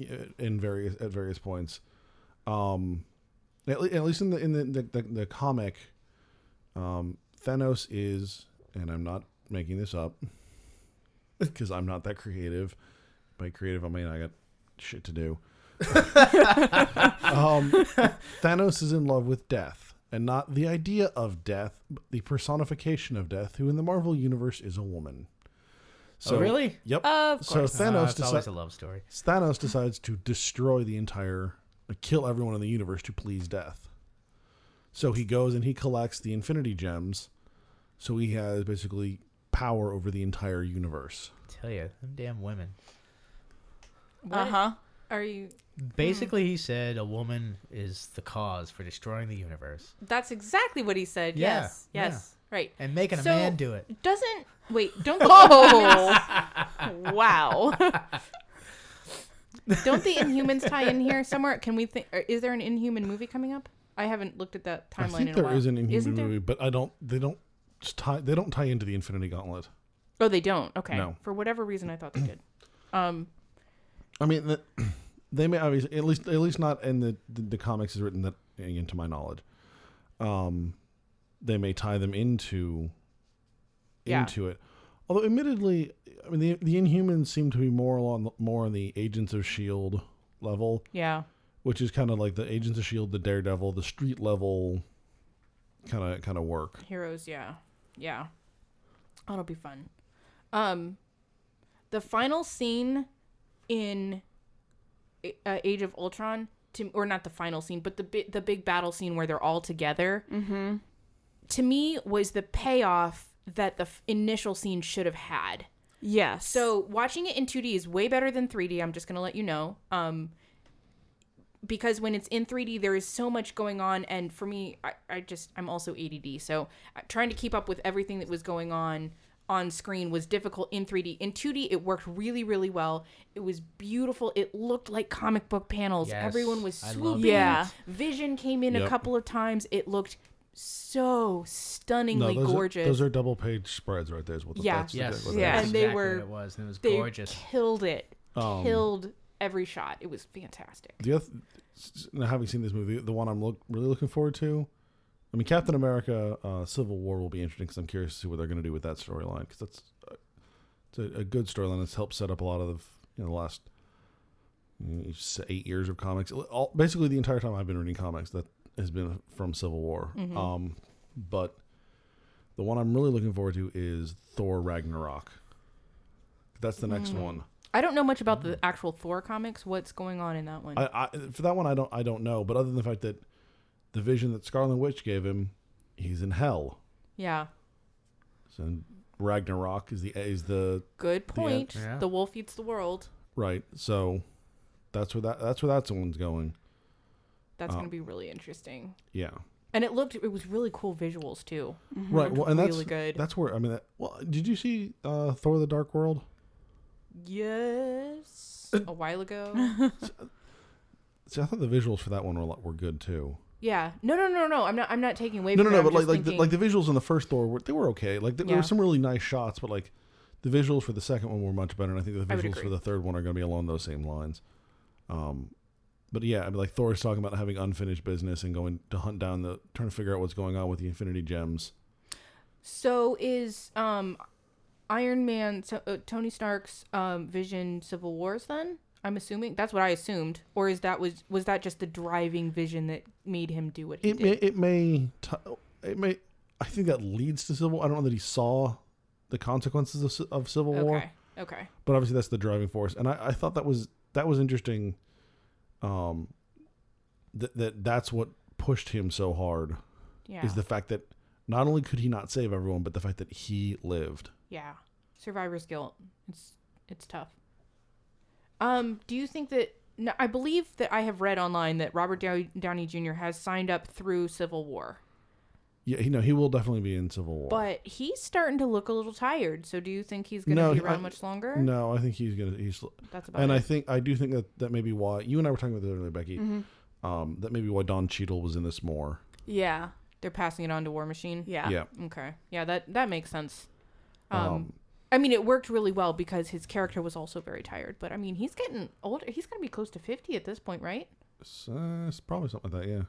Speaker 1: i- in various at various points. Um, at, le- at least in the in the the, the, the comic, um, Thanos is, and I'm not making this up. because I'm not that creative. By creative, I mean I got shit to do. um, Thanos is in love with death, and not the idea of death, but the personification of death, who in the Marvel universe is a woman. So
Speaker 4: Oh, really?
Speaker 1: Yep.
Speaker 3: Of
Speaker 1: so
Speaker 3: course.
Speaker 4: Uh,
Speaker 1: Thanos
Speaker 4: it's always
Speaker 1: decides
Speaker 4: a love story.
Speaker 1: Thanos decides to destroy the entire, like, kill everyone in the universe to please death. So he goes and he collects the Infinity Gems, so he has basically power over the entire universe.
Speaker 4: tell you, them damn women.
Speaker 3: Uh
Speaker 5: Uh-huh.
Speaker 3: huh. Are you?
Speaker 4: Basically, he said a woman is the cause for destroying the universe
Speaker 3: That's exactly what he said.
Speaker 4: Yeah,
Speaker 3: yes.
Speaker 4: yeah.
Speaker 3: Yes. Right.
Speaker 4: and making
Speaker 3: So-
Speaker 4: a man do it.
Speaker 3: Doesn't wait? Don't. Oh. wow. don't the Inhumans tie in here somewhere? Can we think? or Is there an Inhuman movie coming up? I haven't looked at that timeline
Speaker 1: I think
Speaker 3: in a
Speaker 1: there
Speaker 3: while.
Speaker 1: is an Inhuman
Speaker 3: Isn't there?
Speaker 1: movie, but I don't. They don't s- tie. They don't tie into the Infinity Gauntlet.
Speaker 3: Oh, they don't. Okay.
Speaker 1: No.
Speaker 3: For whatever reason, I thought they did. Um.
Speaker 1: I mean, the, they may obviously at least at least not in the the, the comics is written that again to my knowledge. Um, they may tie them into
Speaker 3: Yeah.
Speaker 1: into it. Although, admittedly, I mean the the Inhumans seem to be more along the- more on the Agents of Shield E level,
Speaker 3: Yeah.
Speaker 1: which is kind of like the Agents of Shield, E the Daredevil, the street level kind of kind of work.
Speaker 3: Heroes, yeah. Yeah. That'll be fun. Um the final scene in A- uh, Age of Ultron to or not the final scene, but the bi- the big battle scene where they're all together. Mhm. To me was the payoff that the f- initial scene should have had.
Speaker 5: Yes.
Speaker 3: So watching it in 2D is way better than 3D. I'm just gonna let you know. Um, because when it's in 3D, there is so much going on, and for me, I, I just I'm also ADD, so uh, trying to keep up with everything that was going on on screen was difficult in 3D. In 2D, it worked really, really well. It was beautiful. It looked like comic book panels.
Speaker 4: Yes,
Speaker 3: Everyone was
Speaker 4: I love
Speaker 3: swooping.
Speaker 5: that. Yeah.
Speaker 3: Vision came in a
Speaker 1: Yep.
Speaker 3: couple of times. It looked so
Speaker 1: No,
Speaker 3: stunningly
Speaker 1: those
Speaker 3: gorgeous.
Speaker 1: Are, those are double page spreads right there. Is what the,
Speaker 3: Yeah.
Speaker 1: that's the-
Speaker 4: Yes,
Speaker 1: what that
Speaker 5: Yeah.
Speaker 4: that's
Speaker 1: is.
Speaker 3: And they
Speaker 4: exactly
Speaker 3: were-
Speaker 4: what it was, and it was
Speaker 3: they
Speaker 4: gorgeous.
Speaker 3: killed it.
Speaker 1: Um,
Speaker 3: killed every shot. It was fantastic.
Speaker 1: The other, s- s- now having seen this movie, the one I'm look, really looking forward to. I mean, Captain America: uh, Civil War will be interesting because I'm curious to see what they're going to do with that storyline because that's uh, it's a, a good storyline. It's helped set up a lot of you know, the last mm, s- eight years of comics. All, basically, the entire time I've been reading comics, that has been from Civil War. Um, but the one I'm really looking forward to is Thor Ragnarok. That's the next one.
Speaker 3: I don't know much about the actual Thor comics. What's going on in that one?
Speaker 1: I, I for that one I don't I don't know, but other than the fact that the vision that Scarlet Witch gave him, he's in hell.
Speaker 3: yeah.
Speaker 1: So Ragnarok is the is the
Speaker 3: Good point.
Speaker 4: Yeah.
Speaker 3: The wolf eats the world.
Speaker 1: right. So that's where that that's where that one's going.
Speaker 3: That's
Speaker 1: Oh.
Speaker 3: going to be really interesting.
Speaker 1: Yeah.
Speaker 3: And it looked, it was really cool visuals too.
Speaker 1: Right. Well, and that's
Speaker 3: really good.
Speaker 1: that's where I mean. That, well, did you see uh, Thor: The Dark World?
Speaker 3: Yes. A while ago.
Speaker 1: See, I thought the visuals for that one were a lot- were good too.
Speaker 3: yeah. No, no, no, no. I'm not, I'm not taking away
Speaker 1: No,
Speaker 3: from
Speaker 1: no,
Speaker 3: it.
Speaker 1: no. But
Speaker 3: I'm
Speaker 1: like,
Speaker 3: just
Speaker 1: like, the,
Speaker 3: thinking-
Speaker 1: like the visuals in the first Thor, were, they were okay. Like, there
Speaker 3: Yeah.
Speaker 1: were some really nice shots, but like, the visuals for the second one were much better, and I think the
Speaker 3: I would
Speaker 1: visuals for
Speaker 3: agree.
Speaker 1: the third one are going to be along those same lines. Um, but yeah, I mean, like Thor's talking about having unfinished business and going to hunt down the, trying to figure out what's going on with the Infinity Gems.
Speaker 3: So is, um, Iron Man, so, uh, Tony Stark's, um, Vision Civil Wars then? I'm assuming that's what I assumed, or is that was was that just the driving vision that made him do what he
Speaker 1: It
Speaker 3: did?
Speaker 1: may, it may, t- it may. I think that leads to Civil. War. I don't know that he saw the consequences of, Ci- of Civil War.
Speaker 3: Okay. Okay.
Speaker 1: but obviously that's the driving force and i, I thought that was that was interesting um that, that that's what pushed him so hard
Speaker 3: Yeah.
Speaker 1: is the fact that not only could he not save everyone but the fact that he lived
Speaker 3: yeah. Survivor's guilt. It's it's tough. Um, do you think that no, I believe that I have read online that Robert Dow- Downey Jr. has signed up through Civil War,
Speaker 1: yeah you know he will definitely be in civil war
Speaker 3: but he's starting to look a little tired. So do you think he's going to
Speaker 1: No,
Speaker 3: be
Speaker 1: he-
Speaker 3: around
Speaker 1: I-
Speaker 3: much longer?
Speaker 1: no i think he's gonna he's
Speaker 3: That's about
Speaker 1: and
Speaker 3: it.
Speaker 1: i think i do think that that may be why you and i were talking about this earlier becky
Speaker 3: Mm-hmm.
Speaker 1: um that may be why don Cheadle was in this more
Speaker 5: yeah.
Speaker 3: They're passing it on to War Machine.
Speaker 5: Yeah.
Speaker 1: yeah
Speaker 3: Okay. Yeah, that that makes sense. Um,
Speaker 1: Um,
Speaker 3: I mean, it worked really well because his character was also very tired. But I mean, he's getting older. He's going to be close to fifty at this point, right?
Speaker 1: S- uh, it's probably something like that, yeah.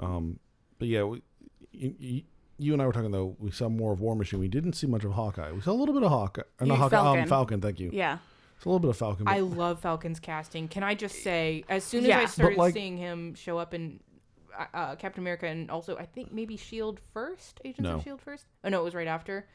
Speaker 1: Um, but yeah, we, you, you, you and I were talking though. We saw more of War Machine. We didn't see much of Hawkeye. We saw a little bit of Hawkeye. Uh, not
Speaker 5: Yeah,
Speaker 1: Hawkeye. Um,
Speaker 5: Falcon.
Speaker 1: Falcon. Thank you.
Speaker 5: Yeah.
Speaker 1: It's a little bit of Falcon.
Speaker 3: I
Speaker 1: But,
Speaker 3: love Falcon's casting. Can I just say, as soon as
Speaker 5: Yeah.
Speaker 3: I
Speaker 5: But,
Speaker 3: started
Speaker 1: like-
Speaker 3: seeing him show up in uh, uh, Captain America, and also I think maybe Shield first, Agents
Speaker 1: No.
Speaker 3: of Shield first. Oh no, it was right after.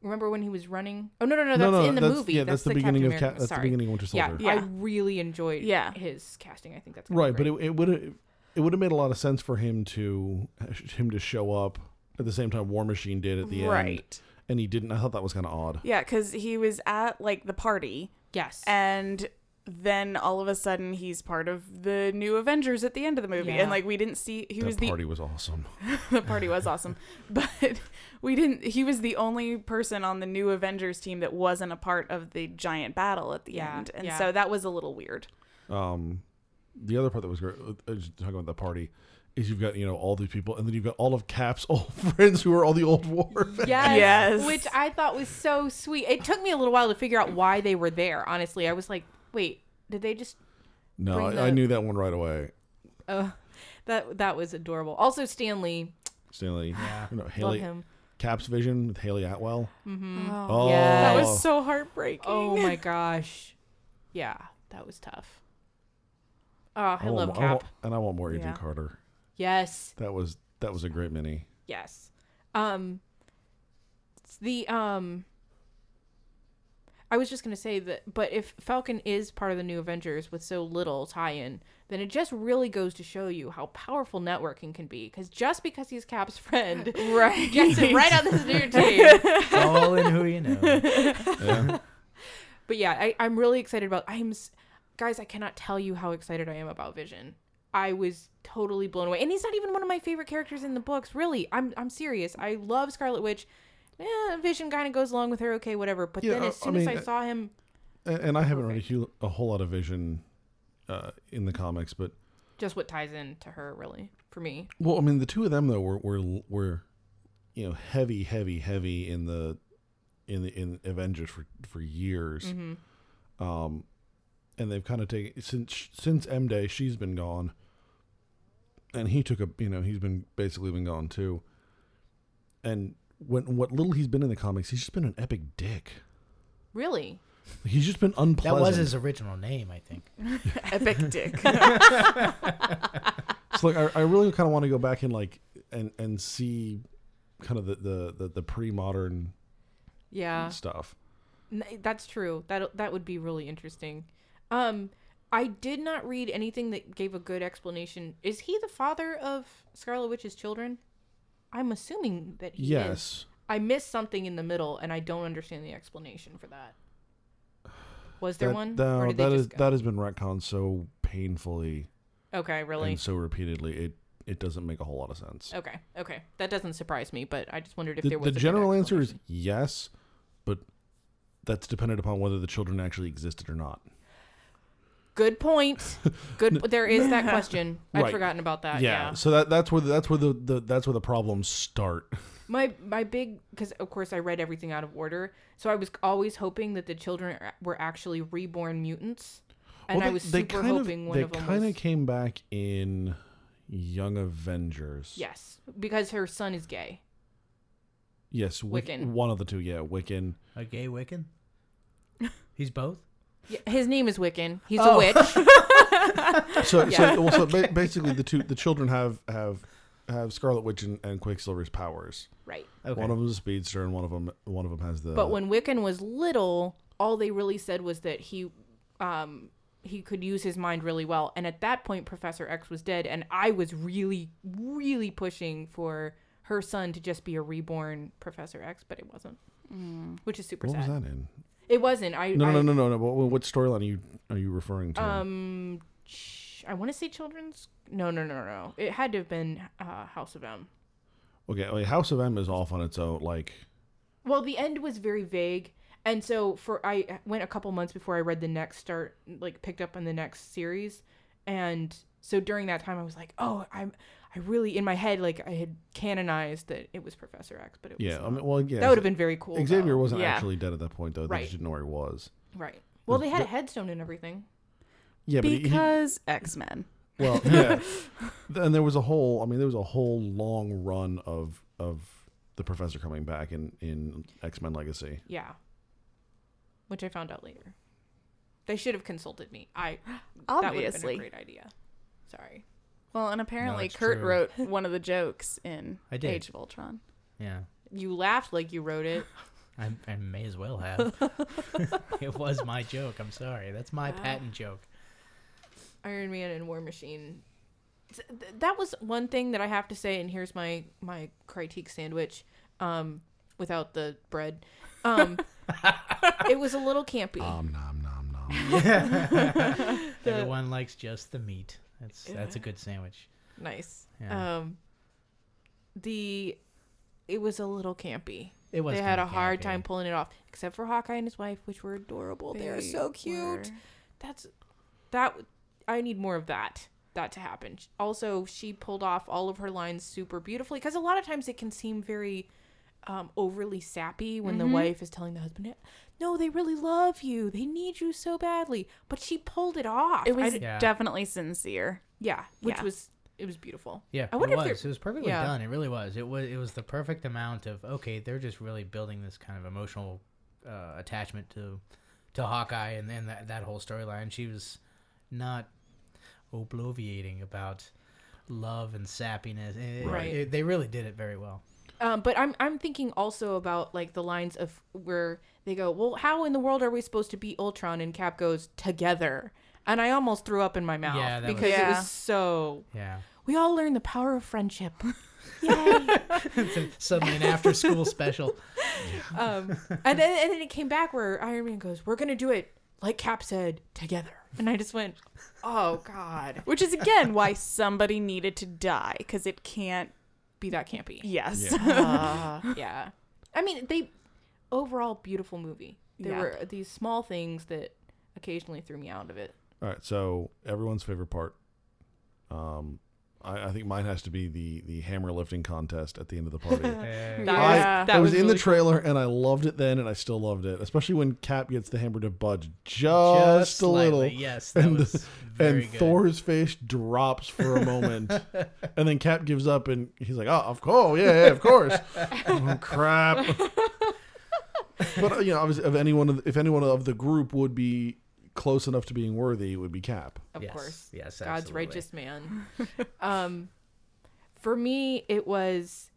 Speaker 3: Remember when he was running? Oh no, no, no,
Speaker 1: no,
Speaker 3: that's
Speaker 1: no,
Speaker 3: in the
Speaker 1: that's,
Speaker 3: movie.
Speaker 1: Yeah,
Speaker 3: that's,
Speaker 1: that's, the, beginning
Speaker 3: Captain
Speaker 1: of
Speaker 3: America.
Speaker 1: Cap- that's
Speaker 3: Sorry.
Speaker 1: the beginning of Winter Soldier.
Speaker 3: Yeah, I
Speaker 5: Yeah.
Speaker 3: really enjoyed
Speaker 5: Yeah.
Speaker 3: his casting. I think that's
Speaker 1: Right, but it, it would it would have made a lot of sense for him to him to show up at the same time War Machine did at the end,
Speaker 5: Right.
Speaker 1: and he didn't. I thought that was kind of odd.
Speaker 5: Yeah, because he was at like the party,
Speaker 3: yes,
Speaker 5: and then all of a sudden he's part of the new Avengers at the end of the movie,
Speaker 3: Yeah.
Speaker 5: and like we didn't see he was
Speaker 1: That
Speaker 5: the
Speaker 1: party was awesome.
Speaker 5: the party was awesome, but we didn't. He was the only person on the new Avengers team that wasn't a part of the giant battle at the
Speaker 3: Yeah,
Speaker 5: end, and
Speaker 3: yeah.
Speaker 5: so that was a little weird.
Speaker 1: Um, the other part that was great, uh, just talking about the party, is you've got you know all these people, and then you've got all of Cap's old friends who are all the old war. vets.
Speaker 3: Yes,
Speaker 5: Yes.
Speaker 3: Which I thought was so sweet. It took me a little while to figure out why they were there. Honestly, I was like, wait, did they just?
Speaker 1: No,
Speaker 3: Bring
Speaker 1: I,
Speaker 3: the-
Speaker 1: I knew that one right away.
Speaker 3: Oh, that that was adorable. Also, Stanley,
Speaker 1: Stanley,
Speaker 4: Yeah.
Speaker 1: you know, Haley,
Speaker 3: love him. Mm-hmm.
Speaker 1: Cap's vision with Haley Atwell.
Speaker 5: Oh,
Speaker 1: Oh,
Speaker 5: that
Speaker 3: Yes.
Speaker 5: was so heartbreaking.
Speaker 3: Oh my gosh, yeah, that was tough. Oh, I,
Speaker 1: I want
Speaker 3: love
Speaker 1: more- I
Speaker 3: Cap.
Speaker 1: want- and I want more Agent
Speaker 5: Yeah.
Speaker 1: Carter.
Speaker 3: Yes,
Speaker 1: That was that was a great mini.
Speaker 3: yes. Um, it's the um. I was just gonna say that, but if Falcon is part of the New Avengers with so little tie-in, then it just really goes to show you how powerful networking can be. Because just because he's Cap's friend,
Speaker 5: Right.
Speaker 3: gets it right on this new team.
Speaker 4: all in who you know.
Speaker 1: Yeah.
Speaker 3: But yeah, I, I'm really excited about. I'm, s- guys, I cannot tell you how excited I am about Vision. I was totally blown away, and he's not even one of my favorite characters in the books. Really, I'm I'm serious. I love Scarlet Witch. Eh, Vision kind of goes along with her, okay, whatever. But
Speaker 1: Yeah,
Speaker 3: then
Speaker 1: uh,
Speaker 3: as
Speaker 1: I
Speaker 3: soon as
Speaker 1: mean,
Speaker 3: I saw him,
Speaker 1: and, and I haven't read a, hu- a whole lot of Vision uh, in the comics, but
Speaker 3: just what ties in to her, really, for me.
Speaker 1: well, I mean, the two of them though were were, were you know heavy, heavy, heavy in the in the in Avengers for for years, um, and they've kind of taken since since M Day she's been gone, and he took a you know he's been basically been gone too, and when what little he's been in the comics, he's just been an epic dick.
Speaker 3: Really,
Speaker 1: He's just been
Speaker 4: That
Speaker 1: unpleasant.
Speaker 4: was his original name, I think.
Speaker 5: Epic dick.
Speaker 1: so like I, I really kind of want to go back and like and and see kind of the the the, the pre-modern
Speaker 3: yeah.
Speaker 1: stuff
Speaker 3: N- That's true. That that would be really interesting. Um, I did not read anything that gave a good explanation. Is he the father of Scarlet Witch's children? I'm assuming that he is.
Speaker 1: yes
Speaker 3: I missed something in the middle, and I don't understand the explanation for that. Was there
Speaker 1: that,
Speaker 3: one?
Speaker 1: no,
Speaker 3: or did
Speaker 1: that
Speaker 3: they
Speaker 1: is
Speaker 3: just go?
Speaker 1: that has been retconned so painfully
Speaker 3: okay, really?
Speaker 1: and so repeatedly it it doesn't make a whole lot of sense
Speaker 3: Okay, okay. That doesn't surprise me, but I just wondered if
Speaker 1: the,
Speaker 3: there
Speaker 1: the
Speaker 3: was. a good
Speaker 1: general answer is
Speaker 3: explanation.
Speaker 1: yes but that's dependent upon whether the children actually existed or not
Speaker 3: good point. Good. po- there is that question. I'd
Speaker 1: Right.
Speaker 3: forgotten about that. Uh, yeah.
Speaker 1: so that that's where the, that's where the, the that's where the problems start
Speaker 3: My my big because of course I read everything out of order, so I was always hoping that the children are- were actually reborn mutants, and
Speaker 1: Well,
Speaker 3: I
Speaker 1: they-
Speaker 3: was
Speaker 1: they
Speaker 3: super
Speaker 1: kind
Speaker 3: hoping one
Speaker 1: they
Speaker 3: of them
Speaker 1: kind
Speaker 3: was
Speaker 1: of came back in Young Avengers.
Speaker 3: yes because her son is gay.
Speaker 1: Yes, Wick-
Speaker 3: Wiccan.
Speaker 1: One of the two, yeah, Wiccan.
Speaker 4: A gay Wiccan? He's both?
Speaker 3: Yeah, his name is Wiccan. He's a
Speaker 4: Oh.
Speaker 3: witch.
Speaker 1: So, so, well, so ba- basically, the two the children have have have Scarlet Witch and, and Quicksilver's powers.
Speaker 3: right.
Speaker 4: Okay.
Speaker 1: One of them is a speedster, and one of them one of them has the.
Speaker 3: But when Wiccan was little, all they really said was that he um he could use his mind really well. And at that point Professor X was dead and I was really really pushing for her son to just be a reborn Professor X, but it wasn't. Which is super
Speaker 1: what was
Speaker 3: sad.
Speaker 1: that in?
Speaker 3: It wasn't. I
Speaker 1: No,
Speaker 3: I,
Speaker 1: no, no, no, no. What, what storyline are you are you referring to?
Speaker 3: Um, ch- I want to say children's. No, no, no, no, no. It had to have been uh, House of M.
Speaker 1: okay, like House of M is off on its own. Like,
Speaker 3: Well, the end was very vague, and so for I went a couple months before I read the next start, like picked up on the next series, and so during that time I was like, oh, I'm, I really in my head like I had canonized that it was Professor X, but it was
Speaker 1: yeah, I
Speaker 3: not.
Speaker 1: mean, well, yeah,
Speaker 3: that would have been very cool. though.
Speaker 1: Xavier wasn't
Speaker 5: Yeah.
Speaker 1: actually dead at that point, though. They
Speaker 3: Right.
Speaker 1: just didn't know where he was.
Speaker 3: right. Well, they had a headstone and everything.
Speaker 1: Yeah, but he- he,
Speaker 5: because X Men.
Speaker 1: Well, yeah. and there was a whole. I mean, there was a whole long run of of the professor coming back in in X Men Legacy.
Speaker 3: Yeah. Which I found out later. They should have consulted me. I that would
Speaker 5: Obviously.
Speaker 3: have been a great idea. Sorry.
Speaker 5: Well, and apparently
Speaker 4: it's
Speaker 5: Kurt
Speaker 4: true.
Speaker 5: wrote one of the jokes in
Speaker 4: I did.
Speaker 5: Age of Ultron.
Speaker 4: Yeah.
Speaker 3: You laughed like you wrote it.
Speaker 4: I, I may as well have. it was my joke. I'm sorry. That's my patent joke.
Speaker 3: Iron Man and War Machine. Th- th- That was one thing that I have to say, and here's my my critique sandwich, um, without the bread. Um, it was a little campy.
Speaker 1: Om nom nom nom.
Speaker 4: Everyone likes just the meat. That's that's a good sandwich.
Speaker 3: nice.
Speaker 4: Yeah.
Speaker 3: Um, the it was a little campy.
Speaker 4: It was.
Speaker 3: they had
Speaker 4: kinda
Speaker 3: a hard
Speaker 4: campy.
Speaker 3: time pulling it off, except for Hawkeye and his wife, which were adorable. They, are
Speaker 5: They
Speaker 3: so cute.
Speaker 5: were-
Speaker 3: That's that. I need more of that. That to happen. Also, she pulled off all of her lines super beautifully because a lot of times it can seem very um, overly sappy when
Speaker 5: Mm-hmm.
Speaker 3: the wife is telling the husband, "No, they really love you. They need you so badly." But she pulled it off.
Speaker 5: It
Speaker 3: I
Speaker 5: was
Speaker 3: d-
Speaker 4: Yeah.
Speaker 5: definitely sincere.
Speaker 3: yeah, which
Speaker 5: yeah.
Speaker 3: was it was beautiful.
Speaker 4: Yeah,
Speaker 3: I
Speaker 4: it
Speaker 3: wonder
Speaker 4: was.
Speaker 3: if
Speaker 4: It
Speaker 3: they're-
Speaker 4: was perfectly
Speaker 3: yeah.
Speaker 4: done. It really was. It was. It was the perfect amount of okay. They're just really building this kind of emotional uh, attachment to to Hawkeye, and then that that whole storyline. She was not obliviating about love and sappiness. It- it-
Speaker 3: Right.
Speaker 4: it- they really did it very well.
Speaker 3: Um, but I'm I'm thinking also about like the lines of where they go, well, how in the world are we supposed to beat Ultron? And Cap goes together, and I almost threw up in my mouth
Speaker 4: Yeah, that was-
Speaker 3: because it
Speaker 5: Yeah.
Speaker 3: was so.
Speaker 4: Yeah.
Speaker 3: We all learn the power of friendship.
Speaker 4: Suddenly an after school special.
Speaker 3: Um, and then and then it came back where Iron Man goes, we're gonna do it like Cap said together, and I just went, oh god,
Speaker 5: Which is again why somebody needed to die because it can't.
Speaker 3: be that campy.
Speaker 5: Yes.
Speaker 3: yeah. I mean, they overall beautiful movie. There
Speaker 5: Yeah.
Speaker 3: were these small things that occasionally threw me out of it.
Speaker 1: All right, so everyone's favorite part. Um, I, I think mine has to be the the hammer lifting contest at the end of the party.
Speaker 4: Yeah.
Speaker 3: That
Speaker 1: I,
Speaker 5: Yeah.
Speaker 1: I
Speaker 3: that
Speaker 1: was, in
Speaker 3: really
Speaker 1: the trailer and I loved it then, and I still loved it, especially when Cap gets the hammer to budge just,
Speaker 4: Just
Speaker 1: a little.
Speaker 4: slightly, yes, that
Speaker 1: and
Speaker 4: was very
Speaker 1: and
Speaker 4: good.
Speaker 1: Thor's face drops for a moment, and then Cap gives up, and he's like, "Oh, of course, yeah, yeah of course." oh, crap. but uh, you know, obviously, if anyone, of the- if anyone of the group would be close enough to being worthy, it would be Cap.
Speaker 3: Of
Speaker 4: Yes,
Speaker 3: course.
Speaker 4: yes,
Speaker 3: God's
Speaker 4: absolutely.
Speaker 3: righteous man. um for me it was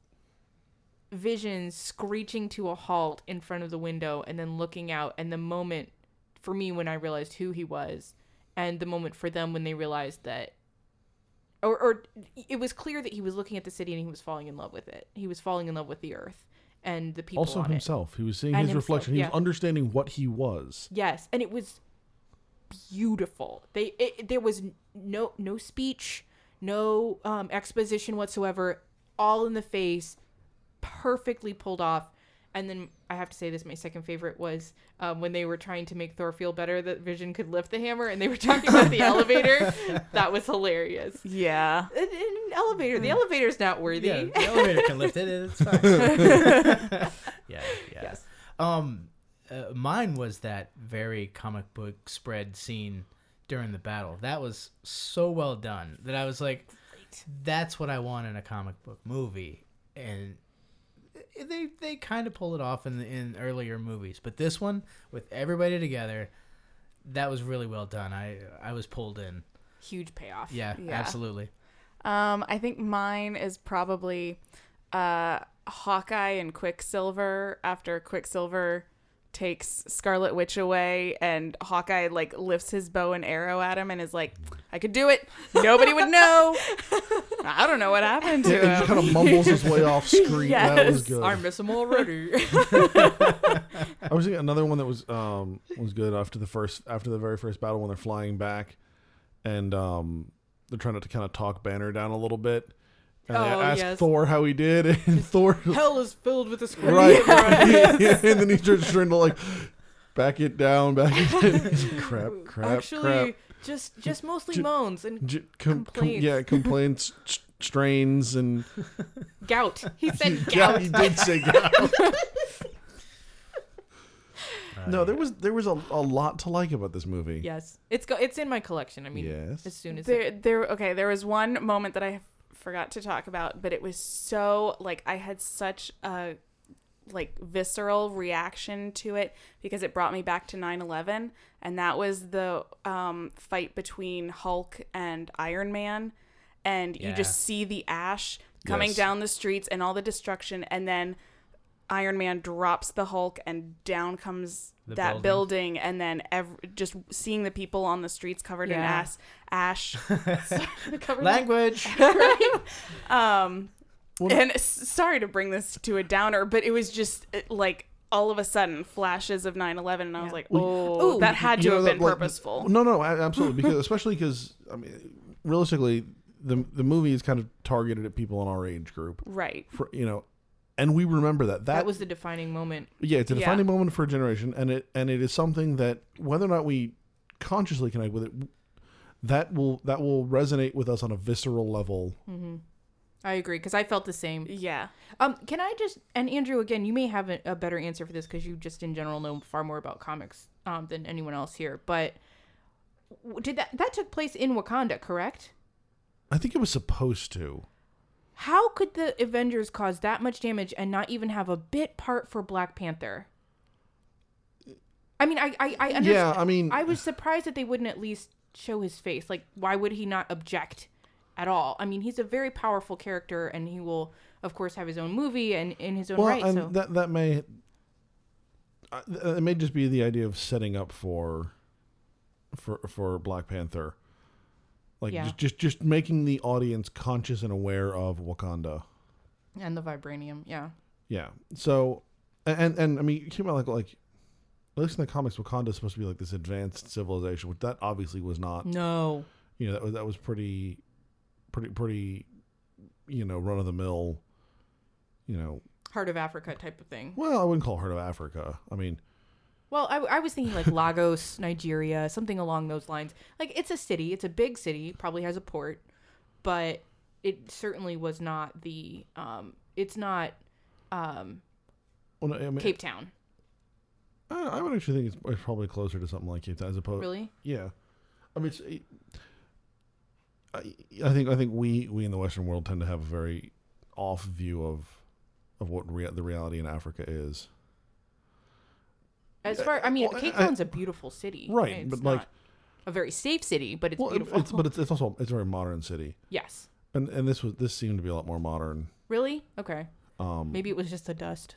Speaker 3: Vision screeching to a halt in front of the window and then looking out and the moment for me when I realized who he was and the moment for them when they realized that or, or it was clear that he was looking at the city and he was falling in love with it. He was falling in love with the earth and the people
Speaker 1: also
Speaker 3: on it.
Speaker 1: himself, he was seeing
Speaker 3: And
Speaker 1: his
Speaker 3: himself,
Speaker 1: reflection. He was
Speaker 3: yeah.
Speaker 1: understanding what he was.
Speaker 3: Yes, and it was beautiful. They it, there was no no speech, no um, exposition whatsoever. All in the face, perfectly pulled off. And then I have to say this: my second favorite was um, when they were trying to make Thor feel better that Vision could lift the hammer, and they were talking about the elevator. That was hilarious.
Speaker 5: Yeah.
Speaker 3: An, an elevator. The elevator's not worthy.
Speaker 4: Yeah, the elevator can lift it. It's fine. yeah, yeah.
Speaker 3: Yes.
Speaker 4: Um, uh, mine was that very comic book spread scene during the battle. That was so well done that I was like, "That's what I want in a comic book movie." And they they kind of pull it off in the, in earlier movies, but this one with everybody together, that was really well done. I I was pulled in.
Speaker 3: Huge payoff.
Speaker 4: Yeah,
Speaker 5: Yeah.
Speaker 4: absolutely.
Speaker 5: Um, I think mine is probably uh, Hawkeye and Quicksilver after Quicksilver takes Scarlet Witch away and Hawkeye like lifts his bow and arrow at him and is like, I could do it. Nobody would know. I don't know what happened
Speaker 1: Yeah,
Speaker 5: to
Speaker 1: and he
Speaker 5: him.
Speaker 1: kind of mumbles his way off screen. That was
Speaker 5: Yes.
Speaker 1: good.
Speaker 3: I miss him already.
Speaker 1: I was thinking another one that was um was good after the first after the very first battle when they're flying back, and um they're trying to kind of talk Banner down a little bit, and they
Speaker 3: Oh,
Speaker 1: ask
Speaker 3: yes.
Speaker 1: Thor how he did, and Thor
Speaker 3: Hell is filled with the squid.
Speaker 1: right, and then he starts trying to like back it down, back it down. crap, crap,
Speaker 3: Actually,
Speaker 1: crap.
Speaker 3: just just mostly
Speaker 1: Ju-
Speaker 3: moans and
Speaker 1: J- com- com-
Speaker 3: complaints.
Speaker 1: yeah, complaints, st- strains, and
Speaker 3: gout. He said
Speaker 1: yeah,
Speaker 3: gout.
Speaker 1: he did say gout. no, there was there was a, a lot to like about this movie.
Speaker 3: Yes, it's go- it's in my collection. I mean,
Speaker 1: Yes.
Speaker 3: as soon as it-
Speaker 5: There, there. Okay, there was one moment that I forgot to talk about, but it was so like I had such a like visceral reaction to it because it brought me back to 9/11 and that was the um fight between Hulk and Iron Man and you just
Speaker 4: Yeah.
Speaker 5: see the ash coming
Speaker 1: Yes.
Speaker 5: down the streets and all the destruction and then Iron Man drops the Hulk and down comes
Speaker 4: The
Speaker 5: that
Speaker 4: building.
Speaker 5: building. and then ev- just seeing the people on the streets covered in
Speaker 3: Yeah.
Speaker 5: ass ash covered in
Speaker 4: Language.
Speaker 5: um, and s- sorry to bring this to a downer, but it was just it, like all of a sudden flashes of 9/11, and I was like, oh, that had to
Speaker 1: You know,
Speaker 5: have
Speaker 1: that,
Speaker 5: been
Speaker 1: like,
Speaker 5: purposeful.
Speaker 1: No, no, a- absolutely. Because especially because I mean, realistically, the the movie is kind of targeted at people in our age group,
Speaker 5: Right.
Speaker 1: for, you know, and we remember that. That,
Speaker 3: That was the defining moment.
Speaker 1: yeah, it's a
Speaker 5: yeah.
Speaker 1: defining moment for a generation, and it and it is something that whether or not we consciously connect with it, that will that will resonate with us on a visceral level.
Speaker 3: I agree because I felt the same.
Speaker 5: Yeah.
Speaker 3: Um, can I just and Andrew again? You may have a, a better answer for this because you just in general know far more about comics um, than anyone else here. But w- did that that took place in Wakanda, correct?
Speaker 1: I think it was supposed to.
Speaker 3: How could the Avengers cause that much damage and not even have a bit part for Black Panther? I mean, I I, I understand.
Speaker 1: Yeah, I mean,
Speaker 3: I was surprised that they wouldn't at least show his face. Like, why would he not object at all? I mean, he's a very powerful character, and he will, of course, have his own movie and in his own
Speaker 1: well,
Speaker 3: right.
Speaker 1: and
Speaker 3: So,
Speaker 1: that that may uh, it may just be the idea of setting up for for for Black Panther, like
Speaker 3: Yeah.
Speaker 1: just, just just making the audience conscious and aware of Wakanda.
Speaker 3: and the vibranium, yeah,
Speaker 1: Yeah. So, and and I mean, keep in mind, like like at least in the comics, Wakanda is supposed to be like this advanced civilization, which that obviously was
Speaker 3: Mm.
Speaker 1: not.
Speaker 3: no,
Speaker 1: You know, that was that was pretty, pretty pretty, you know, run of the mill. You know,
Speaker 3: heart of Africa type of thing.
Speaker 1: well, I wouldn't call her to Africa. I mean,
Speaker 3: Well, I, I was thinking like Lagos, Nigeria, something along those lines. Like, it's a city, it's a big city, probably has a port, but it certainly was not the. Um, it's not um,
Speaker 1: well, no, I mean,
Speaker 3: Cape Town,
Speaker 1: Uh, I, I would actually think it's, it's probably closer to something like Cape Town as opposed.
Speaker 3: really.
Speaker 1: Yeah, I mean, it's, it, I, I think I think we we in the Western world tend to have a very off view of of what rea- the reality in Africa is.
Speaker 3: As far, I mean,
Speaker 1: Uh, well,
Speaker 3: Cape
Speaker 1: I- I-
Speaker 3: Town's a beautiful city,
Speaker 1: Right,
Speaker 3: It's
Speaker 1: but, like-
Speaker 3: not a very safe city, but it's
Speaker 1: Well, it-
Speaker 3: beautiful.
Speaker 1: it's but it's, it's also it's a very modern city,
Speaker 3: yes,
Speaker 1: and and this was this seemed to be a lot more modern.
Speaker 3: really? Okay,
Speaker 1: Um,
Speaker 3: maybe it was just the dust.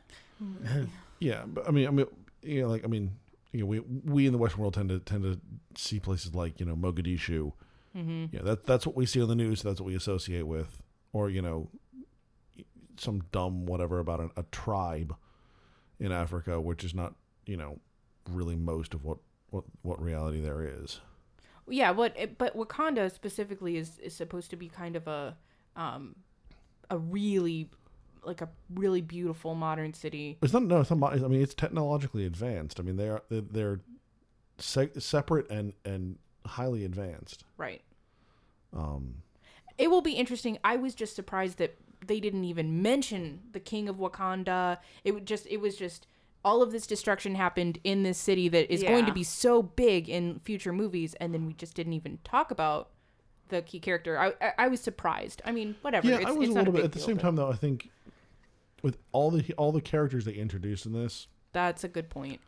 Speaker 1: yeah, but I mean, I mean, you know, like I mean, you know, we we in the Western world tend to tend to see places like you know Mogadishu. Mm-hmm. Yeah, that that's what we see on the news. That's what we associate with, or you know, some dumb whatever about an, a tribe in Africa, which is not you know really most of what what what reality there is.
Speaker 3: Yeah, what? it- But Wakanda specifically is is supposed to be kind of a, um, a really, like a really beautiful modern city.
Speaker 1: It's not no. It's not. mo- I mean, it's technologically advanced. I mean, they are they're, they're se- separate and and highly advanced.
Speaker 3: Right.
Speaker 1: Um,
Speaker 3: It will be interesting. I was just surprised that they didn't even mention the king of Wakanda. It would just it was just all of this destruction happened in this city that is going to
Speaker 5: Yeah.
Speaker 3: be so big in future movies, and then we just didn't even talk about the key character. I I, I was surprised. I mean, whatever.
Speaker 1: yeah,
Speaker 3: it's,
Speaker 1: I was a
Speaker 3: it's not
Speaker 1: little bit.
Speaker 3: big
Speaker 1: At the
Speaker 3: deal,
Speaker 1: same
Speaker 3: but
Speaker 1: time, though, I think with all the all the characters they introduced in this,
Speaker 3: that's a good point.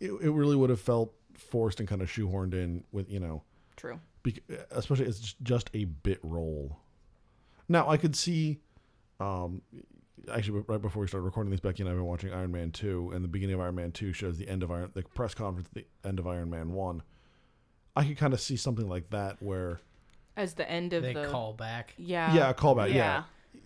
Speaker 1: it, it really would have felt forced and kind of shoehorned in with you know,
Speaker 3: True.
Speaker 1: bec- especially it's just- just a bit role. Now I could see, um, actually right before we started recording this, Becky and I've been watching Iron Man two, and the beginning of Iron Man two shows the end of Iron the press conference at the end of Iron Man one. I could kind of see something like that where
Speaker 3: As the end of
Speaker 4: they
Speaker 3: the
Speaker 4: call back.
Speaker 3: Uh, yeah
Speaker 1: yeah, a callback yeah. S-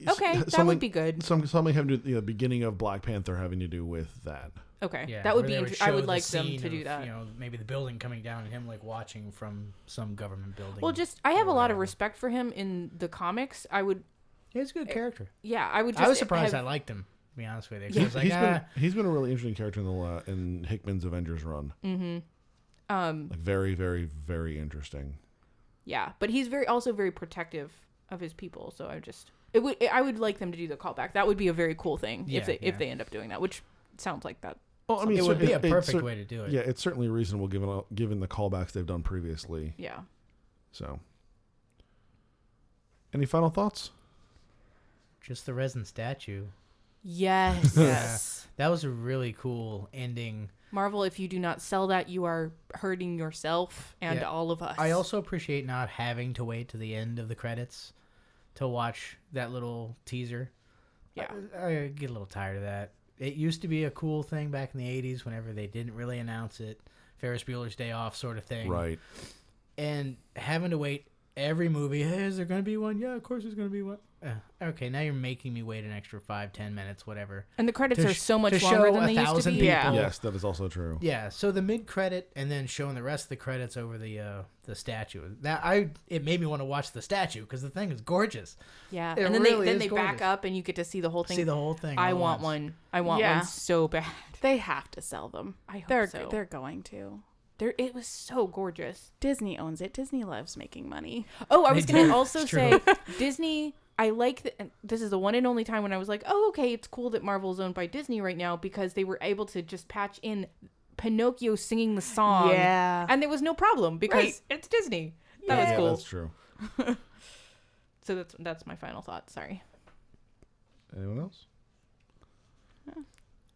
Speaker 3: Okay, that would
Speaker 1: something-
Speaker 3: be good.
Speaker 1: Some something having to do, you know, the beginning of Black Panther having to do with that.
Speaker 3: okay
Speaker 4: Yeah,
Speaker 3: that would
Speaker 4: where
Speaker 3: be
Speaker 4: they
Speaker 3: inter- I
Speaker 4: show
Speaker 3: would
Speaker 4: the
Speaker 3: like them
Speaker 4: scene
Speaker 3: to do
Speaker 4: of,
Speaker 3: that.
Speaker 4: You know, maybe the building coming down and him like watching from some government building.
Speaker 3: Well, just I have a lot of respect for him in the comics. I would
Speaker 4: he's a good character.
Speaker 3: yeah I would. eh, Just
Speaker 4: I was surprised
Speaker 3: have-
Speaker 4: I liked him. To be honest with you, 'cause I was like,
Speaker 1: he's
Speaker 4: ah,
Speaker 1: been he's been a really interesting character in the la- in Hickman's Avengers run. Mm-hmm. Um, like very, very, very interesting.
Speaker 3: Yeah, but he's very also very protective of his people. So I just it would I would like them to do the callback. That would be a very cool thing
Speaker 4: Yeah,
Speaker 3: if they
Speaker 4: yeah.
Speaker 3: if they end up doing that, which sounds like that.
Speaker 1: Well, I mean,
Speaker 4: it would be a perfect
Speaker 1: cer-
Speaker 4: way to do it.
Speaker 1: Yeah, it's certainly reasonable given given the callbacks they've done previously.
Speaker 3: Yeah.
Speaker 1: So, any final thoughts?
Speaker 4: just the resin statue.
Speaker 3: Yes.
Speaker 5: Yes.
Speaker 4: That was a really cool ending.
Speaker 3: Marvel, if you do not sell that, you are hurting yourself and
Speaker 4: Yeah.
Speaker 3: all of us.
Speaker 4: I also appreciate not having to wait to the end of the credits to watch that little teaser.
Speaker 3: Yeah.
Speaker 4: I, I get a little tired of that. It used to be a cool thing back in the 80s whenever they didn't really announce it. Ferris Bueller's Day Off sort of thing.
Speaker 1: Right.
Speaker 4: And having to wait every movie, hey, is there going to be one? Yeah, of course there's going to be one. Uh, okay, now you're making me wait an extra five, ten minutes, whatever.
Speaker 3: and the credits
Speaker 4: to
Speaker 3: are
Speaker 4: sh-
Speaker 3: so
Speaker 4: to
Speaker 3: much
Speaker 4: show
Speaker 3: longer
Speaker 4: a
Speaker 3: than they used to
Speaker 4: thousand
Speaker 3: be.
Speaker 4: people.
Speaker 3: Yeah.
Speaker 1: Yes, that is also true.
Speaker 4: Oh. Yeah, so the mid credit and then showing the rest of the credits over the uh, the statue. That I it made me want to watch the statue because the thing is gorgeous.
Speaker 3: Yeah.
Speaker 4: It
Speaker 3: and then
Speaker 4: really
Speaker 3: they then
Speaker 4: is
Speaker 3: they back
Speaker 4: gorgeous.
Speaker 3: up and you get to see the whole thing.
Speaker 4: See the whole thing.
Speaker 3: I
Speaker 4: all at
Speaker 3: want
Speaker 4: once.
Speaker 3: one. I want
Speaker 5: Yeah.
Speaker 3: one so bad.
Speaker 5: They have to sell them.
Speaker 3: I hope
Speaker 5: they're,
Speaker 3: so.
Speaker 5: They're going to.
Speaker 3: There it was so gorgeous.
Speaker 5: Disney owns it. Disney loves making money.
Speaker 3: Oh, I
Speaker 4: They
Speaker 3: was
Speaker 4: do.
Speaker 3: gonna also
Speaker 4: It's
Speaker 3: say Disney. I like that. and This is the one and only time when I was like, "Oh, okay, it's cool that Marvel's owned by Disney right now because they were able to just patch in Pinocchio singing the
Speaker 5: Um,
Speaker 3: song,
Speaker 5: Yeah.
Speaker 3: and there was no problem because
Speaker 5: Right.
Speaker 3: it's Disney. That
Speaker 1: Yeah,
Speaker 3: was cool.
Speaker 1: that's true.
Speaker 3: so that's that's my final thought. Sorry,
Speaker 1: Anyone else?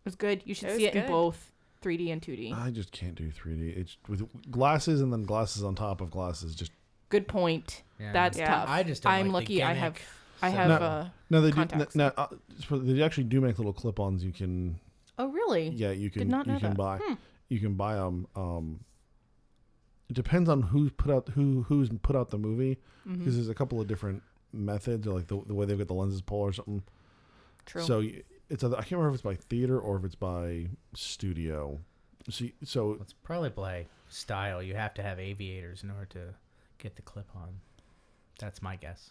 Speaker 3: it was good. You should
Speaker 5: It was
Speaker 3: see it in
Speaker 5: good.
Speaker 3: both 3D and
Speaker 4: Uh,
Speaker 3: 2D.
Speaker 1: I just can't do 3D. It's with glasses and then glasses on top of glasses. Just
Speaker 3: Good point.
Speaker 4: Yeah.
Speaker 3: That's
Speaker 5: Yeah.
Speaker 3: tough.
Speaker 4: I just don't
Speaker 3: I'm
Speaker 4: like the
Speaker 3: lucky. I
Speaker 4: gimmick,
Speaker 3: have I
Speaker 4: so-
Speaker 3: have.
Speaker 1: No.
Speaker 3: uh,
Speaker 1: no, they
Speaker 3: Contacts.
Speaker 1: do. No, uh, so they actually do make little clip-ons. You can
Speaker 3: oh, really?
Speaker 1: Yeah, you can.
Speaker 3: not
Speaker 1: you
Speaker 3: know
Speaker 1: can
Speaker 3: that. Hmm.
Speaker 1: buy. You can buy them. Um, it depends on who's put out who who's put out the movie because
Speaker 3: Mm-hmm.
Speaker 1: there's a couple of different methods, or like the, the way they've got the lenses pull or something.
Speaker 3: True.
Speaker 1: So y- it's either, I can't remember if it's by theater or if it's by studio. So y- so
Speaker 4: It's probably by style. You have to have aviators in order to get the clip on. That's my guess.